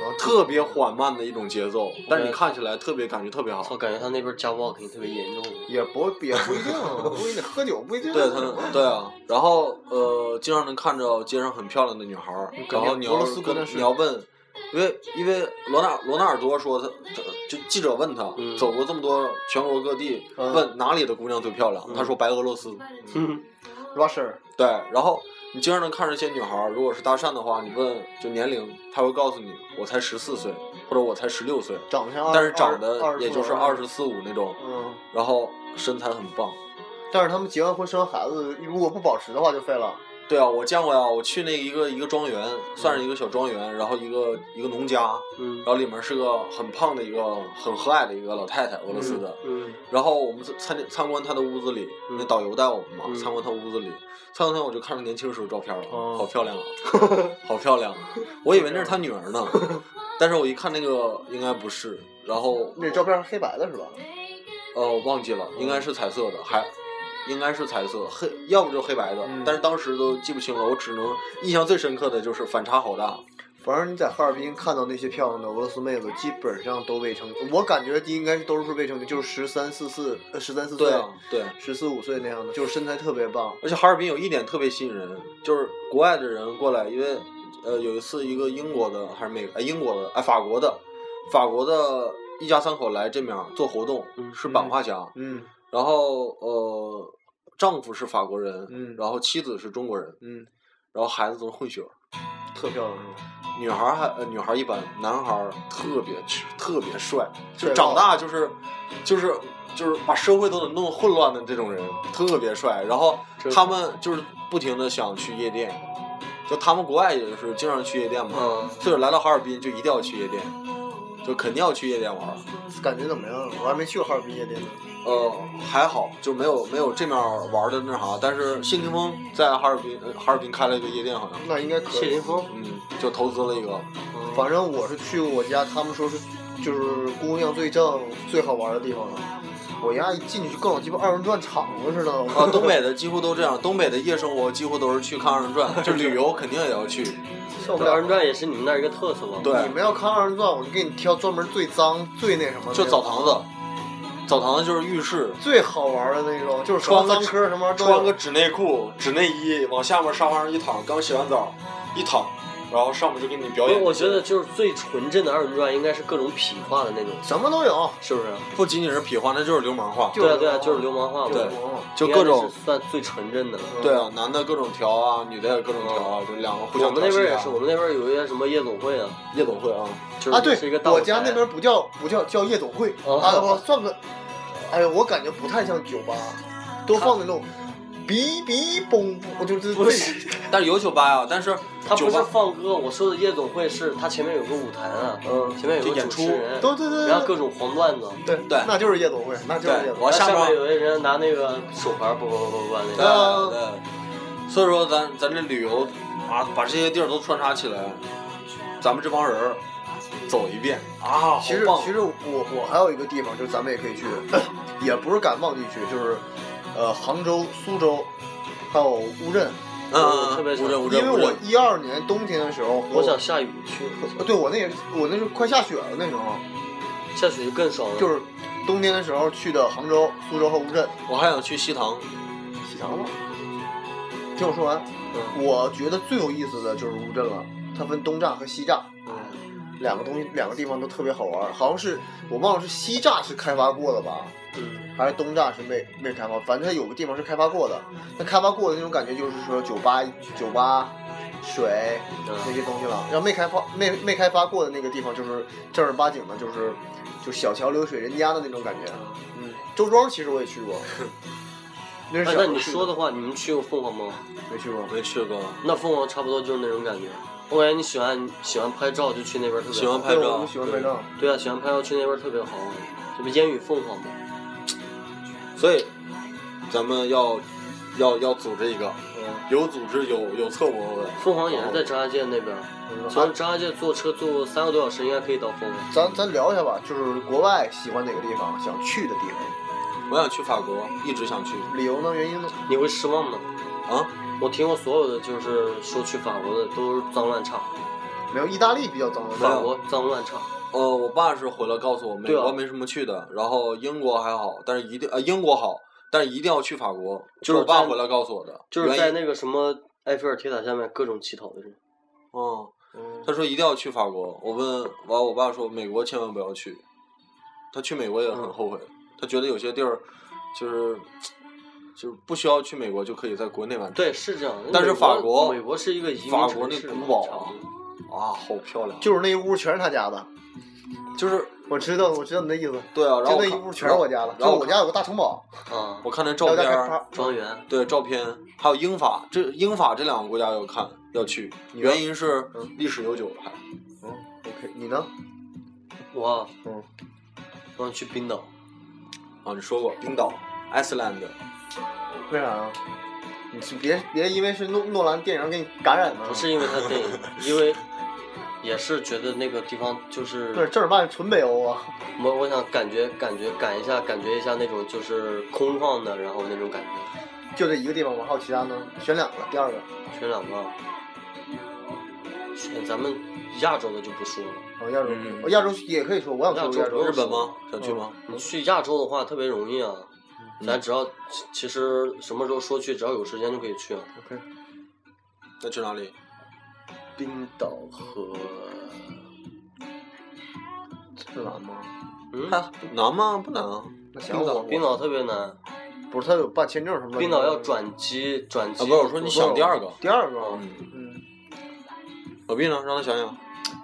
[SPEAKER 3] 然后
[SPEAKER 2] 特别缓慢的一种节奏，但是你
[SPEAKER 4] 对
[SPEAKER 2] 看起来特别感觉特别
[SPEAKER 4] 我
[SPEAKER 2] 好。
[SPEAKER 4] 感觉他那边家暴肯定特别严重。
[SPEAKER 3] 也不也不 一定，不一定喝酒不一定。
[SPEAKER 2] 对他们，对啊，然后呃，经常能看着街上很漂亮的女孩儿，然后你
[SPEAKER 3] 嗯俄
[SPEAKER 2] 要
[SPEAKER 3] 罗斯国内
[SPEAKER 2] 跟
[SPEAKER 3] 是
[SPEAKER 2] 你要问，因为因为罗纳罗纳尔多说他，他就记者问他、
[SPEAKER 4] 嗯
[SPEAKER 2] 走过这么多全国各地，
[SPEAKER 3] 嗯
[SPEAKER 2] 问哪里的姑娘最漂亮，他说白俄罗斯。嗯
[SPEAKER 4] 哼，
[SPEAKER 3] Rusher，
[SPEAKER 2] 对，然后你经常能看着一些女孩儿，如果是搭讪的话，你问就年龄，她会告诉你我才十四岁，或者我才十六岁，
[SPEAKER 3] 长得像二，
[SPEAKER 2] 但是长
[SPEAKER 3] 二
[SPEAKER 2] 得也就是二。十四五那种，
[SPEAKER 3] 嗯，
[SPEAKER 2] 然后身材很棒。
[SPEAKER 3] 但是他们结完婚生完孩子，如果不保持的话就废了。
[SPEAKER 2] 对啊，我见过呀，我去那一个一个庄园，算是一个小庄园，然后一个一个农家，
[SPEAKER 4] 嗯
[SPEAKER 2] 然后里面是个很胖的一个很和蔼的一个老太太，俄罗斯的。
[SPEAKER 4] 嗯
[SPEAKER 2] 然后我们参参观她的屋子里，那导游带我们嘛，参观她屋子里，参观她我就看着年轻时候照片了，
[SPEAKER 4] 哦
[SPEAKER 2] 好漂亮啊，好漂亮啊！我以为那是她女儿呢，但是我一看那个应该不是，然后
[SPEAKER 3] 那照片是黑白的是吧？
[SPEAKER 2] 呃我忘记了，应该是彩色的，还应该是彩色黑，要不就黑白的，
[SPEAKER 3] 嗯
[SPEAKER 2] 但是当时都记不清了，我只能印象最深刻的就是反差好大，
[SPEAKER 3] 反正你在哈尔滨看到那些漂亮的俄罗斯妹子，基本上都未成年。我感觉应该都是未成年，就是十三四四、十三四岁
[SPEAKER 2] 对、啊对。
[SPEAKER 3] 十四五岁那样的，就是身材特别棒。
[SPEAKER 2] 而且哈尔滨有一点特别吸引人，就是国外的人过来，因为呃有一次一个英国的还是美哎英国的哎法国的法国的一家三口来这面儿做活动，
[SPEAKER 4] 嗯
[SPEAKER 2] 是版画家，
[SPEAKER 3] 嗯
[SPEAKER 2] 然后呃丈夫是法国人，
[SPEAKER 3] 嗯
[SPEAKER 2] 然后妻子是中国人，
[SPEAKER 3] 嗯，
[SPEAKER 2] 然后孩子都是混血儿，
[SPEAKER 3] 特漂亮是吧？
[SPEAKER 2] 女孩儿还呃女孩儿一般，男孩儿特别特别帅，就
[SPEAKER 3] 帅
[SPEAKER 2] 长
[SPEAKER 3] 爆
[SPEAKER 2] 大就是就是就是把社会都得弄混乱的这种人，特别帅。然后
[SPEAKER 4] 真
[SPEAKER 2] 他们就是不停的想去夜店，就他们国外也是经常去夜店嘛，
[SPEAKER 4] 嗯，
[SPEAKER 2] 所以来到哈尔滨就一定要去夜店，就肯定要去夜店玩儿。
[SPEAKER 3] 感觉怎么样？我还没去过哈尔滨夜店呢。
[SPEAKER 2] 呃，还好就没有没有这面玩的那啥，但是谢霆锋在哈尔滨呃哈尔滨开了一个夜店，好像
[SPEAKER 3] 那应该可以。
[SPEAKER 4] 谢霆锋，
[SPEAKER 2] 嗯就投资了一个，
[SPEAKER 4] 嗯
[SPEAKER 3] 反正我是去过我家，他们说是就是姑娘最正、最好玩的地方了。我家一进去更老鸡巴二人转场子似的。
[SPEAKER 2] 啊，东北的几乎都这样，东北的夜生活几乎都是去看二人转，就旅游肯定也要去。
[SPEAKER 3] 受不
[SPEAKER 4] 二
[SPEAKER 3] 了
[SPEAKER 4] 人！转也是你们那儿一个特色吧？
[SPEAKER 2] 对
[SPEAKER 3] 你们要看二人转，我就给你挑专门最脏、最那什么的那
[SPEAKER 2] 就
[SPEAKER 3] 种，
[SPEAKER 2] 澡堂子，澡堂子就是浴室，
[SPEAKER 3] 最好玩的那种，就是什
[SPEAKER 2] 穿
[SPEAKER 3] 么
[SPEAKER 2] 个
[SPEAKER 3] 脏科什么玩意儿都有
[SPEAKER 2] 穿个纸内裤、纸内衣，往下面沙发上一躺，刚洗完澡，一躺，然后上面就给你表
[SPEAKER 4] 不是，
[SPEAKER 2] 演。
[SPEAKER 4] 我觉得就是最纯正的二人转应该是各种痞化的那种，
[SPEAKER 3] 什么都有，
[SPEAKER 4] 是不是？
[SPEAKER 2] 不仅仅是痞话，那就是流氓化，
[SPEAKER 3] 就
[SPEAKER 4] 对
[SPEAKER 3] 是
[SPEAKER 4] 啊对
[SPEAKER 3] 流
[SPEAKER 4] 啊，
[SPEAKER 3] 氓
[SPEAKER 4] 就是流氓化嘛
[SPEAKER 2] 对，就
[SPEAKER 4] 应该
[SPEAKER 2] 各种
[SPEAKER 4] 是。算最纯正的了。
[SPEAKER 2] 对
[SPEAKER 3] 嗯
[SPEAKER 2] 啊，男的各种调啊，女的也各种调啊，就两个互
[SPEAKER 4] 我
[SPEAKER 2] 相
[SPEAKER 4] 们
[SPEAKER 2] 调
[SPEAKER 4] 那
[SPEAKER 2] 戏
[SPEAKER 4] 边也
[SPEAKER 2] 啊
[SPEAKER 4] 是，我们那边有一些什么夜总会啊，
[SPEAKER 2] 夜总会啊，
[SPEAKER 4] 就是
[SPEAKER 3] 啊，
[SPEAKER 4] 是一
[SPEAKER 3] 对，
[SPEAKER 4] 个大舞
[SPEAKER 3] 我
[SPEAKER 4] 台
[SPEAKER 3] 家那边不叫不叫叫夜总会，
[SPEAKER 4] 哦
[SPEAKER 3] 啊，我算个，哎呀，我感觉不太像酒吧，都放那种哔哔嘣，我就是
[SPEAKER 4] 不是，
[SPEAKER 2] 但是有酒吧呀，但是
[SPEAKER 4] 他
[SPEAKER 2] 酒
[SPEAKER 4] 不是
[SPEAKER 2] 吧
[SPEAKER 4] 放歌，我说的夜总会是他前面有个舞台啊，
[SPEAKER 3] 嗯，
[SPEAKER 4] 前面有
[SPEAKER 2] 就
[SPEAKER 4] 个
[SPEAKER 2] 演
[SPEAKER 4] 主持
[SPEAKER 2] 出
[SPEAKER 4] 人，
[SPEAKER 3] 对对对
[SPEAKER 4] 然
[SPEAKER 3] 对
[SPEAKER 4] 后各种黄段子，
[SPEAKER 3] 对
[SPEAKER 2] 对
[SPEAKER 3] 那就是夜总会，那就是夜
[SPEAKER 2] 对，
[SPEAKER 3] 总会。
[SPEAKER 2] 往
[SPEAKER 4] 然后
[SPEAKER 2] 面
[SPEAKER 4] 面有一人拿那个手环，叭叭叭叭叭
[SPEAKER 2] 对
[SPEAKER 4] 那个，
[SPEAKER 3] 啊
[SPEAKER 2] 对，所以说咱咱这旅游啊，把这些地儿都穿插起来，咱们这帮人儿走一遍啊，好
[SPEAKER 3] 其实
[SPEAKER 2] 棒！
[SPEAKER 3] 其实我我还有一个地方，就是咱们也可以去， 也不是赶旺季去，就是呃杭州、苏州，还有乌镇，
[SPEAKER 2] 嗯嗯，
[SPEAKER 4] 特别
[SPEAKER 2] 无人无
[SPEAKER 3] 因
[SPEAKER 2] 人无
[SPEAKER 3] 为我
[SPEAKER 2] 人，
[SPEAKER 3] 一二年冬天的时候和
[SPEAKER 4] 我想下雨去，
[SPEAKER 3] 呃对我那也是我那是快下雪了那时候，
[SPEAKER 4] 下雪就更爽了。
[SPEAKER 3] 就是冬天的时候去的杭州、苏州和乌镇。
[SPEAKER 2] 我还想去西塘，
[SPEAKER 3] 喜糖吗？听我说完，
[SPEAKER 4] 嗯
[SPEAKER 3] 我觉得最有意思的就是乌镇了，它分东栅和西栅
[SPEAKER 4] 嗯
[SPEAKER 3] 两个东西，两个地方都特别好玩。好像是我忘了是西栅是开发过的吧，
[SPEAKER 4] 嗯
[SPEAKER 3] 还是东栅是没没开发，反正它有个地方是开发过的。那开发过的那种感觉就是说酒吧、酒吧、水那
[SPEAKER 4] 嗯，
[SPEAKER 3] 些东西了。然后没开发、没没开发过的那个地方就是正儿八经的，就是就小桥流水人家的那种感觉。嗯，周庄其实我也去 过。那是
[SPEAKER 4] 哎
[SPEAKER 3] 小
[SPEAKER 4] 那
[SPEAKER 3] 时候
[SPEAKER 4] 你
[SPEAKER 3] 去
[SPEAKER 4] 说的话，你们去过凤凰吗？
[SPEAKER 3] 没去过？
[SPEAKER 2] 没去过，
[SPEAKER 4] 那凤凰差不多就是那种感觉。我感觉你喜欢喜欢拍照就去那边特别好
[SPEAKER 2] 喜欢拍
[SPEAKER 3] 对，
[SPEAKER 2] 照
[SPEAKER 3] 我们喜欢拍照。
[SPEAKER 4] 对啊，喜欢拍照去那边特别好，啊这不烟雨凤凰吗？
[SPEAKER 2] 所以咱们要要要组织一个，有组织有有策谋的，
[SPEAKER 4] 凤凰也是在张家界那边，从张家界坐车坐三个多小时应该可以到凤凰。
[SPEAKER 3] 咱咱聊一下吧，就是国外喜欢哪个地方，想去的地方，
[SPEAKER 2] 我想去法国，一直想去
[SPEAKER 3] 理由呢，原因呢？
[SPEAKER 4] 你会失望吗？
[SPEAKER 2] 啊，
[SPEAKER 4] 我听过所有的就是说去法国的都是脏乱差，
[SPEAKER 3] 没有，意大利比较脏
[SPEAKER 2] 没
[SPEAKER 3] 乱。
[SPEAKER 2] 有
[SPEAKER 4] 法国脏乱差，
[SPEAKER 2] 呃，我爸是回来告诉我，美
[SPEAKER 4] 对啊
[SPEAKER 2] 国没什么去的，然后英国还好，但是一定呃英国好，但是一定要去法国，
[SPEAKER 4] 就是是
[SPEAKER 2] 我爸
[SPEAKER 4] 在
[SPEAKER 2] 回来告诉我的，
[SPEAKER 4] 就是
[SPEAKER 2] 原
[SPEAKER 4] 在
[SPEAKER 2] 因
[SPEAKER 4] 那个什么埃菲尔铁塔下面各种乞讨的人。
[SPEAKER 2] 嗯，
[SPEAKER 3] 嗯
[SPEAKER 2] 他说一定要去法国，我问完我爸说美国千万不要去，他去美国也很
[SPEAKER 4] 嗯
[SPEAKER 2] 后悔，他觉得有些地儿就是就是不需要去美国就可以在国内完成，
[SPEAKER 4] 对，是这样的。
[SPEAKER 2] 但是
[SPEAKER 4] 美
[SPEAKER 2] 法国
[SPEAKER 4] 美国是一个移民
[SPEAKER 2] 法
[SPEAKER 4] 城
[SPEAKER 2] 国那
[SPEAKER 4] 市
[SPEAKER 2] 古
[SPEAKER 4] 嘛
[SPEAKER 2] 堡
[SPEAKER 4] 差不
[SPEAKER 2] 啊
[SPEAKER 4] 多
[SPEAKER 2] 啊，好漂亮，
[SPEAKER 3] 就是那一屋全是他家的，
[SPEAKER 2] 就是
[SPEAKER 3] 我知道，我知道你的意思。
[SPEAKER 2] 对啊，然后
[SPEAKER 3] 就
[SPEAKER 2] 我
[SPEAKER 3] 那一
[SPEAKER 2] 看
[SPEAKER 3] 屋全是我家的，
[SPEAKER 2] 然后
[SPEAKER 3] 就我家有个大城堡，
[SPEAKER 4] 啊，
[SPEAKER 2] 我看那照
[SPEAKER 3] 然后
[SPEAKER 2] 片
[SPEAKER 3] 大开
[SPEAKER 2] 儿，
[SPEAKER 3] 趴
[SPEAKER 4] 庄园
[SPEAKER 2] 对照片，还有英法，这英法这两个国家要看要去，原因是
[SPEAKER 3] 嗯
[SPEAKER 2] 历史悠久，还
[SPEAKER 3] 嗯，OK，你呢？
[SPEAKER 4] 我
[SPEAKER 3] 嗯，
[SPEAKER 4] 我想去冰岛，
[SPEAKER 2] 啊，你说过冰岛、Iceland，
[SPEAKER 3] 为啥呀？你是别别因为是诺诺兰电影给你感染的，啊
[SPEAKER 4] 不是因为他电影，因为也是觉得那个地方就是
[SPEAKER 3] 对，正儿八经纯北欧啊。
[SPEAKER 4] 我我想感觉感觉感一下感觉一下那种就是空旷的，然后那种感觉。
[SPEAKER 3] 就这一个地方吗？还有其他呢？选两个，第二个
[SPEAKER 4] 选两个，选啊咱们亚洲的就不说了。
[SPEAKER 3] 哦，亚洲，
[SPEAKER 2] 嗯
[SPEAKER 3] 哦亚洲也可以说，我想去过亚
[SPEAKER 4] 亚洲
[SPEAKER 3] 洲。
[SPEAKER 2] 日本吗？想
[SPEAKER 3] 嗯
[SPEAKER 2] 去吗？
[SPEAKER 4] 你去亚洲的话特别容易啊，
[SPEAKER 2] 嗯
[SPEAKER 4] 咱只要其其实什么时候说去，只要有时间就可以去啊。
[SPEAKER 3] ？OK，
[SPEAKER 2] 那去哪里？
[SPEAKER 4] 冰岛和
[SPEAKER 3] 是难吗？
[SPEAKER 4] 嗯，
[SPEAKER 2] 还难吗？不难啊。
[SPEAKER 3] 那行
[SPEAKER 4] 冰
[SPEAKER 3] 我
[SPEAKER 4] 岛冰岛特别难，
[SPEAKER 3] 不是他有办签证什么的。
[SPEAKER 4] 冰岛要转机转机。
[SPEAKER 2] 啊不是我说你想第二个
[SPEAKER 3] 第二个啊，
[SPEAKER 2] 嗯，
[SPEAKER 3] 嗯，
[SPEAKER 2] 何必呢？让他想想。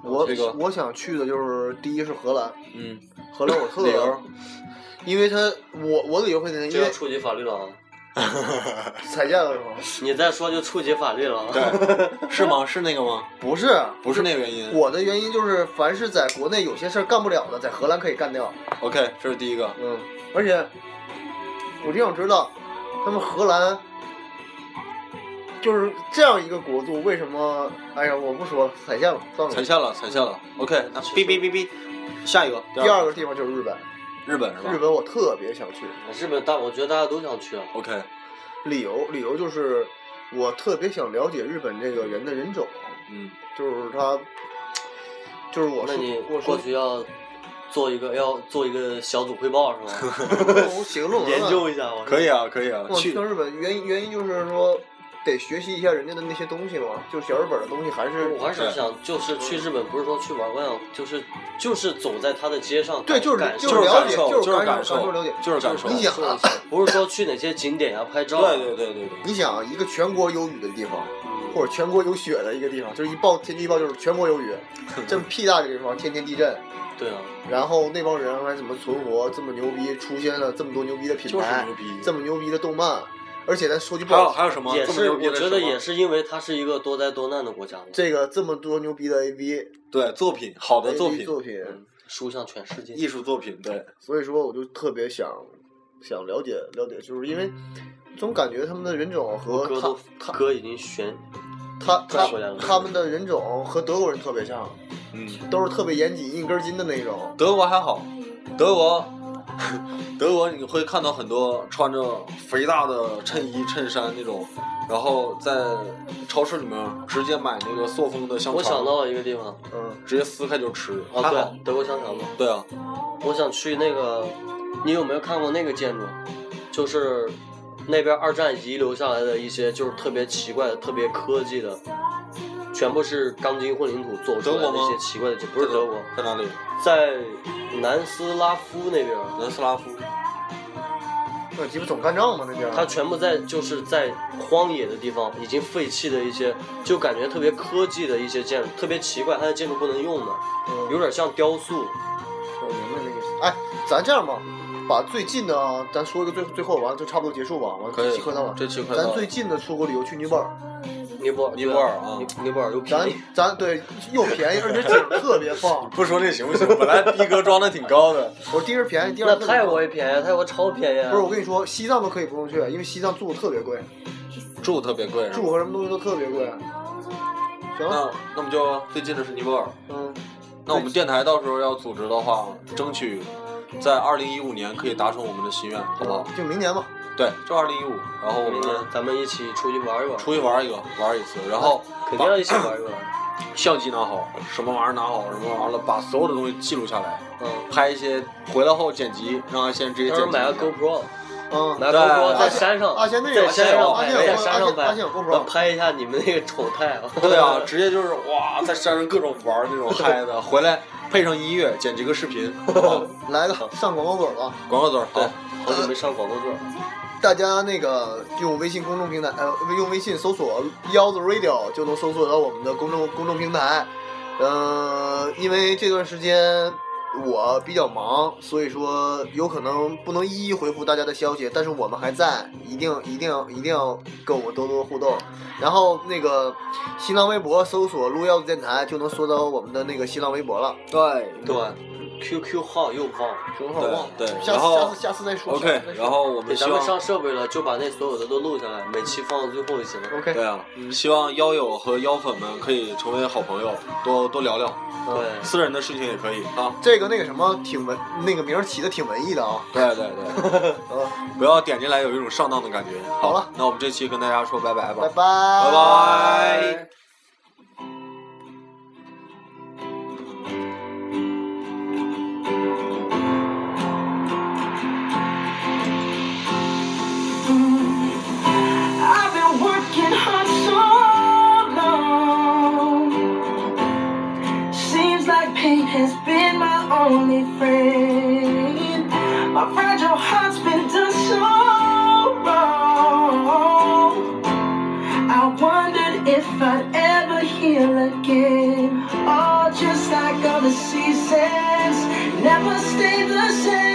[SPEAKER 3] 我
[SPEAKER 2] 这个
[SPEAKER 3] 我想去的就是第一是荷兰，
[SPEAKER 2] 嗯，
[SPEAKER 3] 荷兰我特
[SPEAKER 2] 理由，
[SPEAKER 3] 因为他我我理由会因
[SPEAKER 4] 这要
[SPEAKER 3] 为
[SPEAKER 4] 触及法律了啊！
[SPEAKER 3] 踩价的时候
[SPEAKER 4] 你再说就触及法律了啊！
[SPEAKER 2] 是吗？是那个吗？
[SPEAKER 3] 不是
[SPEAKER 2] 不是那个原因。
[SPEAKER 3] 我的原因就是，凡是在国内有些事儿干不了的，在荷兰可以干掉。
[SPEAKER 2] OK，这是第一个。
[SPEAKER 3] 嗯，而且我就想知道，他们荷兰就是这样一个国度，为什么？哎呀，我不说了，踩线了，算了。
[SPEAKER 2] 踩下了，踩下了。OK，那哔哔哔哔，下一个，
[SPEAKER 3] 第二个地方就是日本，
[SPEAKER 2] 日本是吧？
[SPEAKER 3] 日本我特别想去，
[SPEAKER 4] 日本大，我觉得大家都想去啊。
[SPEAKER 2] OK，
[SPEAKER 3] 理由理由就是我特别想了解日本这个人的人种，
[SPEAKER 2] 嗯，
[SPEAKER 3] 就是他，就是我
[SPEAKER 4] 那
[SPEAKER 3] 说
[SPEAKER 4] 你
[SPEAKER 3] 我
[SPEAKER 4] 过
[SPEAKER 3] 说
[SPEAKER 4] 去要做一个要做一个小组汇报是吗？
[SPEAKER 3] 我写个论文啊
[SPEAKER 4] 研究一下我。
[SPEAKER 2] 可以啊，可以啊，
[SPEAKER 3] 我去
[SPEAKER 2] 去
[SPEAKER 3] 趟日本，原因原因就是说得学习一下人家的那些东西嘛，就小日本的东西还是
[SPEAKER 4] 我还是
[SPEAKER 2] 对
[SPEAKER 4] 想，就是去日本，不是说去玩，我想就是就是走在他的街上，
[SPEAKER 3] 对
[SPEAKER 4] 感
[SPEAKER 3] 就是
[SPEAKER 4] 感
[SPEAKER 3] 就
[SPEAKER 2] 就
[SPEAKER 4] 受
[SPEAKER 2] 是是
[SPEAKER 3] 了
[SPEAKER 2] 感
[SPEAKER 3] 解
[SPEAKER 2] 受，
[SPEAKER 3] 就是
[SPEAKER 2] 是
[SPEAKER 3] 感
[SPEAKER 2] 感
[SPEAKER 3] 受
[SPEAKER 2] 受
[SPEAKER 3] 了解，
[SPEAKER 2] 就是感受。
[SPEAKER 3] 你想啊，
[SPEAKER 4] 不是说去哪些景点呀、啊拍照，
[SPEAKER 2] 对对对对对。
[SPEAKER 3] 你想一个全国有雨的地方，
[SPEAKER 4] 嗯
[SPEAKER 3] 或者全国有雪的一个地方，就是一报天气预报就是全国有雨，这么屁大的地方天天地震，
[SPEAKER 4] 对啊，
[SPEAKER 3] 然后那帮人还怎么存活这么牛逼，出现了这么多牛逼的品
[SPEAKER 2] 就是
[SPEAKER 3] 牌
[SPEAKER 2] 牛，逼。
[SPEAKER 3] 这么牛逼的动漫，而且咱说句不
[SPEAKER 2] 还有
[SPEAKER 3] 好
[SPEAKER 2] 还有什么？
[SPEAKER 4] 也
[SPEAKER 2] 这么
[SPEAKER 4] 是
[SPEAKER 2] 牛逼
[SPEAKER 4] 我
[SPEAKER 2] 的
[SPEAKER 4] 觉
[SPEAKER 2] 什
[SPEAKER 4] 得
[SPEAKER 2] 么
[SPEAKER 4] 也是因为它是一个多灾多难的国家嘛，
[SPEAKER 3] 这个这么多牛逼的 A B
[SPEAKER 2] 对作品，好的作
[SPEAKER 3] A B
[SPEAKER 2] 品，
[SPEAKER 3] 作品，
[SPEAKER 4] 输向全世界。
[SPEAKER 2] 艺术作品，对，
[SPEAKER 3] 所以说我就特别想想了解了解，就是因为总感觉他们的人种和
[SPEAKER 4] 歌
[SPEAKER 3] 他
[SPEAKER 4] 都歌已经悬，
[SPEAKER 3] 他
[SPEAKER 4] 快
[SPEAKER 3] 他
[SPEAKER 4] 回来了
[SPEAKER 3] 他们的人种和德国人特别像，
[SPEAKER 2] 嗯。
[SPEAKER 3] 都是特别严谨、硬根筋的那种。
[SPEAKER 2] 德国还好，德国， 德国你会看到很多穿着肥大的衬衣、衬衫那种，然后在超市里面直接买那个塑封的香
[SPEAKER 4] 我想
[SPEAKER 2] 肠，
[SPEAKER 4] 到了一个地方啊，
[SPEAKER 3] 嗯，
[SPEAKER 2] 直接撕开就吃，还好。
[SPEAKER 4] 对，德国香肠嘛，
[SPEAKER 2] 对啊，
[SPEAKER 4] 我想去那个，你有没有看过那个建筑？就是那边二战遗留下来的一些，就是特别奇怪的、特别科技的，全部是钢筋混凝土做出来
[SPEAKER 2] 德
[SPEAKER 4] 的
[SPEAKER 2] 国吗
[SPEAKER 4] 那些奇怪的建筑，不是德国，
[SPEAKER 2] 在哪里？
[SPEAKER 4] 在南斯拉夫那边，
[SPEAKER 2] 南斯拉夫。
[SPEAKER 3] 那鸡巴总干仗嘛那边。
[SPEAKER 4] 它全部在就是在荒野的地方，已经废弃的一些，就感觉特别科技的一些建筑，特别奇怪，它的建筑不能用的，
[SPEAKER 3] 嗯
[SPEAKER 4] 有点像雕塑。
[SPEAKER 3] 我明白这个意思。哎，咱这样吧，把最近的啊咱说一个最最后完了就差不多结束吧，完了
[SPEAKER 2] 可
[SPEAKER 3] 这
[SPEAKER 2] 以嗯
[SPEAKER 3] 期快到了。
[SPEAKER 2] 这期快到了
[SPEAKER 3] 咱最近的出国旅游去尼泊尔，
[SPEAKER 4] 尼泊尔，
[SPEAKER 2] 尼泊尔啊
[SPEAKER 4] 尼尼泊尔又便
[SPEAKER 3] 咱
[SPEAKER 4] 宜，
[SPEAKER 3] 咱对又便宜，而且景儿特别棒。
[SPEAKER 2] 不说这行不行？本来逼格装的挺高的，
[SPEAKER 3] 我第一是便宜，第二
[SPEAKER 4] 那
[SPEAKER 3] 是特别
[SPEAKER 4] 泰
[SPEAKER 3] 棒
[SPEAKER 4] 国也便宜，泰国超便宜啊。
[SPEAKER 3] 不是我跟你说，西藏都可以不用去，因为西藏住的特别贵。
[SPEAKER 2] 住特别贵。
[SPEAKER 3] 住和什么东西都特别贵。行，
[SPEAKER 2] 那那我们就最近的是尼泊尔。
[SPEAKER 3] 嗯，
[SPEAKER 2] 那我们电台到时候要组织的话，争取在二零一五年可以达成我们的心愿，好不好？
[SPEAKER 3] 就明年吧。
[SPEAKER 2] 对，就二零一五，然后我
[SPEAKER 4] 明
[SPEAKER 2] 们
[SPEAKER 4] 年咱们一起出去玩一玩，
[SPEAKER 2] 出去玩一个，玩一次，然后
[SPEAKER 4] 肯定要一起玩一玩。
[SPEAKER 2] 相机拿好，什么玩意儿拿好，什么完了把所有的东西记录下来，
[SPEAKER 4] 嗯，
[SPEAKER 2] 拍一些回来后剪辑，让他先直接
[SPEAKER 4] 到
[SPEAKER 2] 剪辑
[SPEAKER 4] 时候
[SPEAKER 2] 一下。
[SPEAKER 4] 买个 GoPro，
[SPEAKER 3] 嗯，
[SPEAKER 4] 买
[SPEAKER 2] 对
[SPEAKER 4] 个 GoPro 在
[SPEAKER 2] 阿
[SPEAKER 3] 仙
[SPEAKER 4] 山上，
[SPEAKER 3] 阿仙啊那有
[SPEAKER 4] 在山上
[SPEAKER 3] 阿
[SPEAKER 4] 拍，
[SPEAKER 3] 仙有啊
[SPEAKER 4] 在山上
[SPEAKER 3] 阿
[SPEAKER 4] 拍
[SPEAKER 3] 仙有 GoPro
[SPEAKER 4] 拍一下你们那个丑态 啊。
[SPEAKER 2] 对啊，直接就是哇，在山上各种玩儿那种嗨的， 回来配上音乐，剪辑个视 频，好
[SPEAKER 3] 来个上广告嘴儿吧。
[SPEAKER 2] 广告嘴儿，
[SPEAKER 4] 对
[SPEAKER 2] 好，，
[SPEAKER 4] 好久没上广告座了。
[SPEAKER 3] 大家那个用微信公众平台，呃，用微信搜索“腰子 radio” 就能搜索到我们的公众公众平台。呃，因为这段时间我比较忙，所以说有可能不能一一回复大家的消息，但是我们还在，一定一定一定要跟我们多多互动。然后那个新浪微博搜索“路腰子电台”就能搜到我们的那个新浪微博了。
[SPEAKER 2] 对
[SPEAKER 4] 对，QQ 号又号，
[SPEAKER 3] 正好忘了，
[SPEAKER 2] 对对
[SPEAKER 3] 下
[SPEAKER 2] 然
[SPEAKER 3] 次
[SPEAKER 2] 后
[SPEAKER 3] 下次下次再说。下
[SPEAKER 2] ，OK
[SPEAKER 3] 次再。说
[SPEAKER 2] 然后我们
[SPEAKER 4] 对，
[SPEAKER 2] 希
[SPEAKER 4] 咱们
[SPEAKER 2] 望，
[SPEAKER 4] 上设备了，就把那所有的都录下来，每期放到最后就行了。
[SPEAKER 3] OK，
[SPEAKER 2] 对啊，希望妖友和妖粉们可以成为好朋友，多多聊聊，
[SPEAKER 4] 对，
[SPEAKER 2] 私人的事情也可以啊。
[SPEAKER 3] 这个那个什么挺文，那个名儿起的挺文艺的啊。
[SPEAKER 2] 对对对，
[SPEAKER 3] 呃，
[SPEAKER 2] 不要点进来有一种上当的感觉。
[SPEAKER 3] 好了，
[SPEAKER 2] 那我们这期跟大家说拜拜吧
[SPEAKER 3] 拜拜，，拜
[SPEAKER 2] 拜拜。
[SPEAKER 5] I've been working hard so long. Seems like pain has been my only friend. My fragile heart's been done so wrong. I wondered if I'd ever heal again. Oh, just like all the seasons, never stay the same. Oh,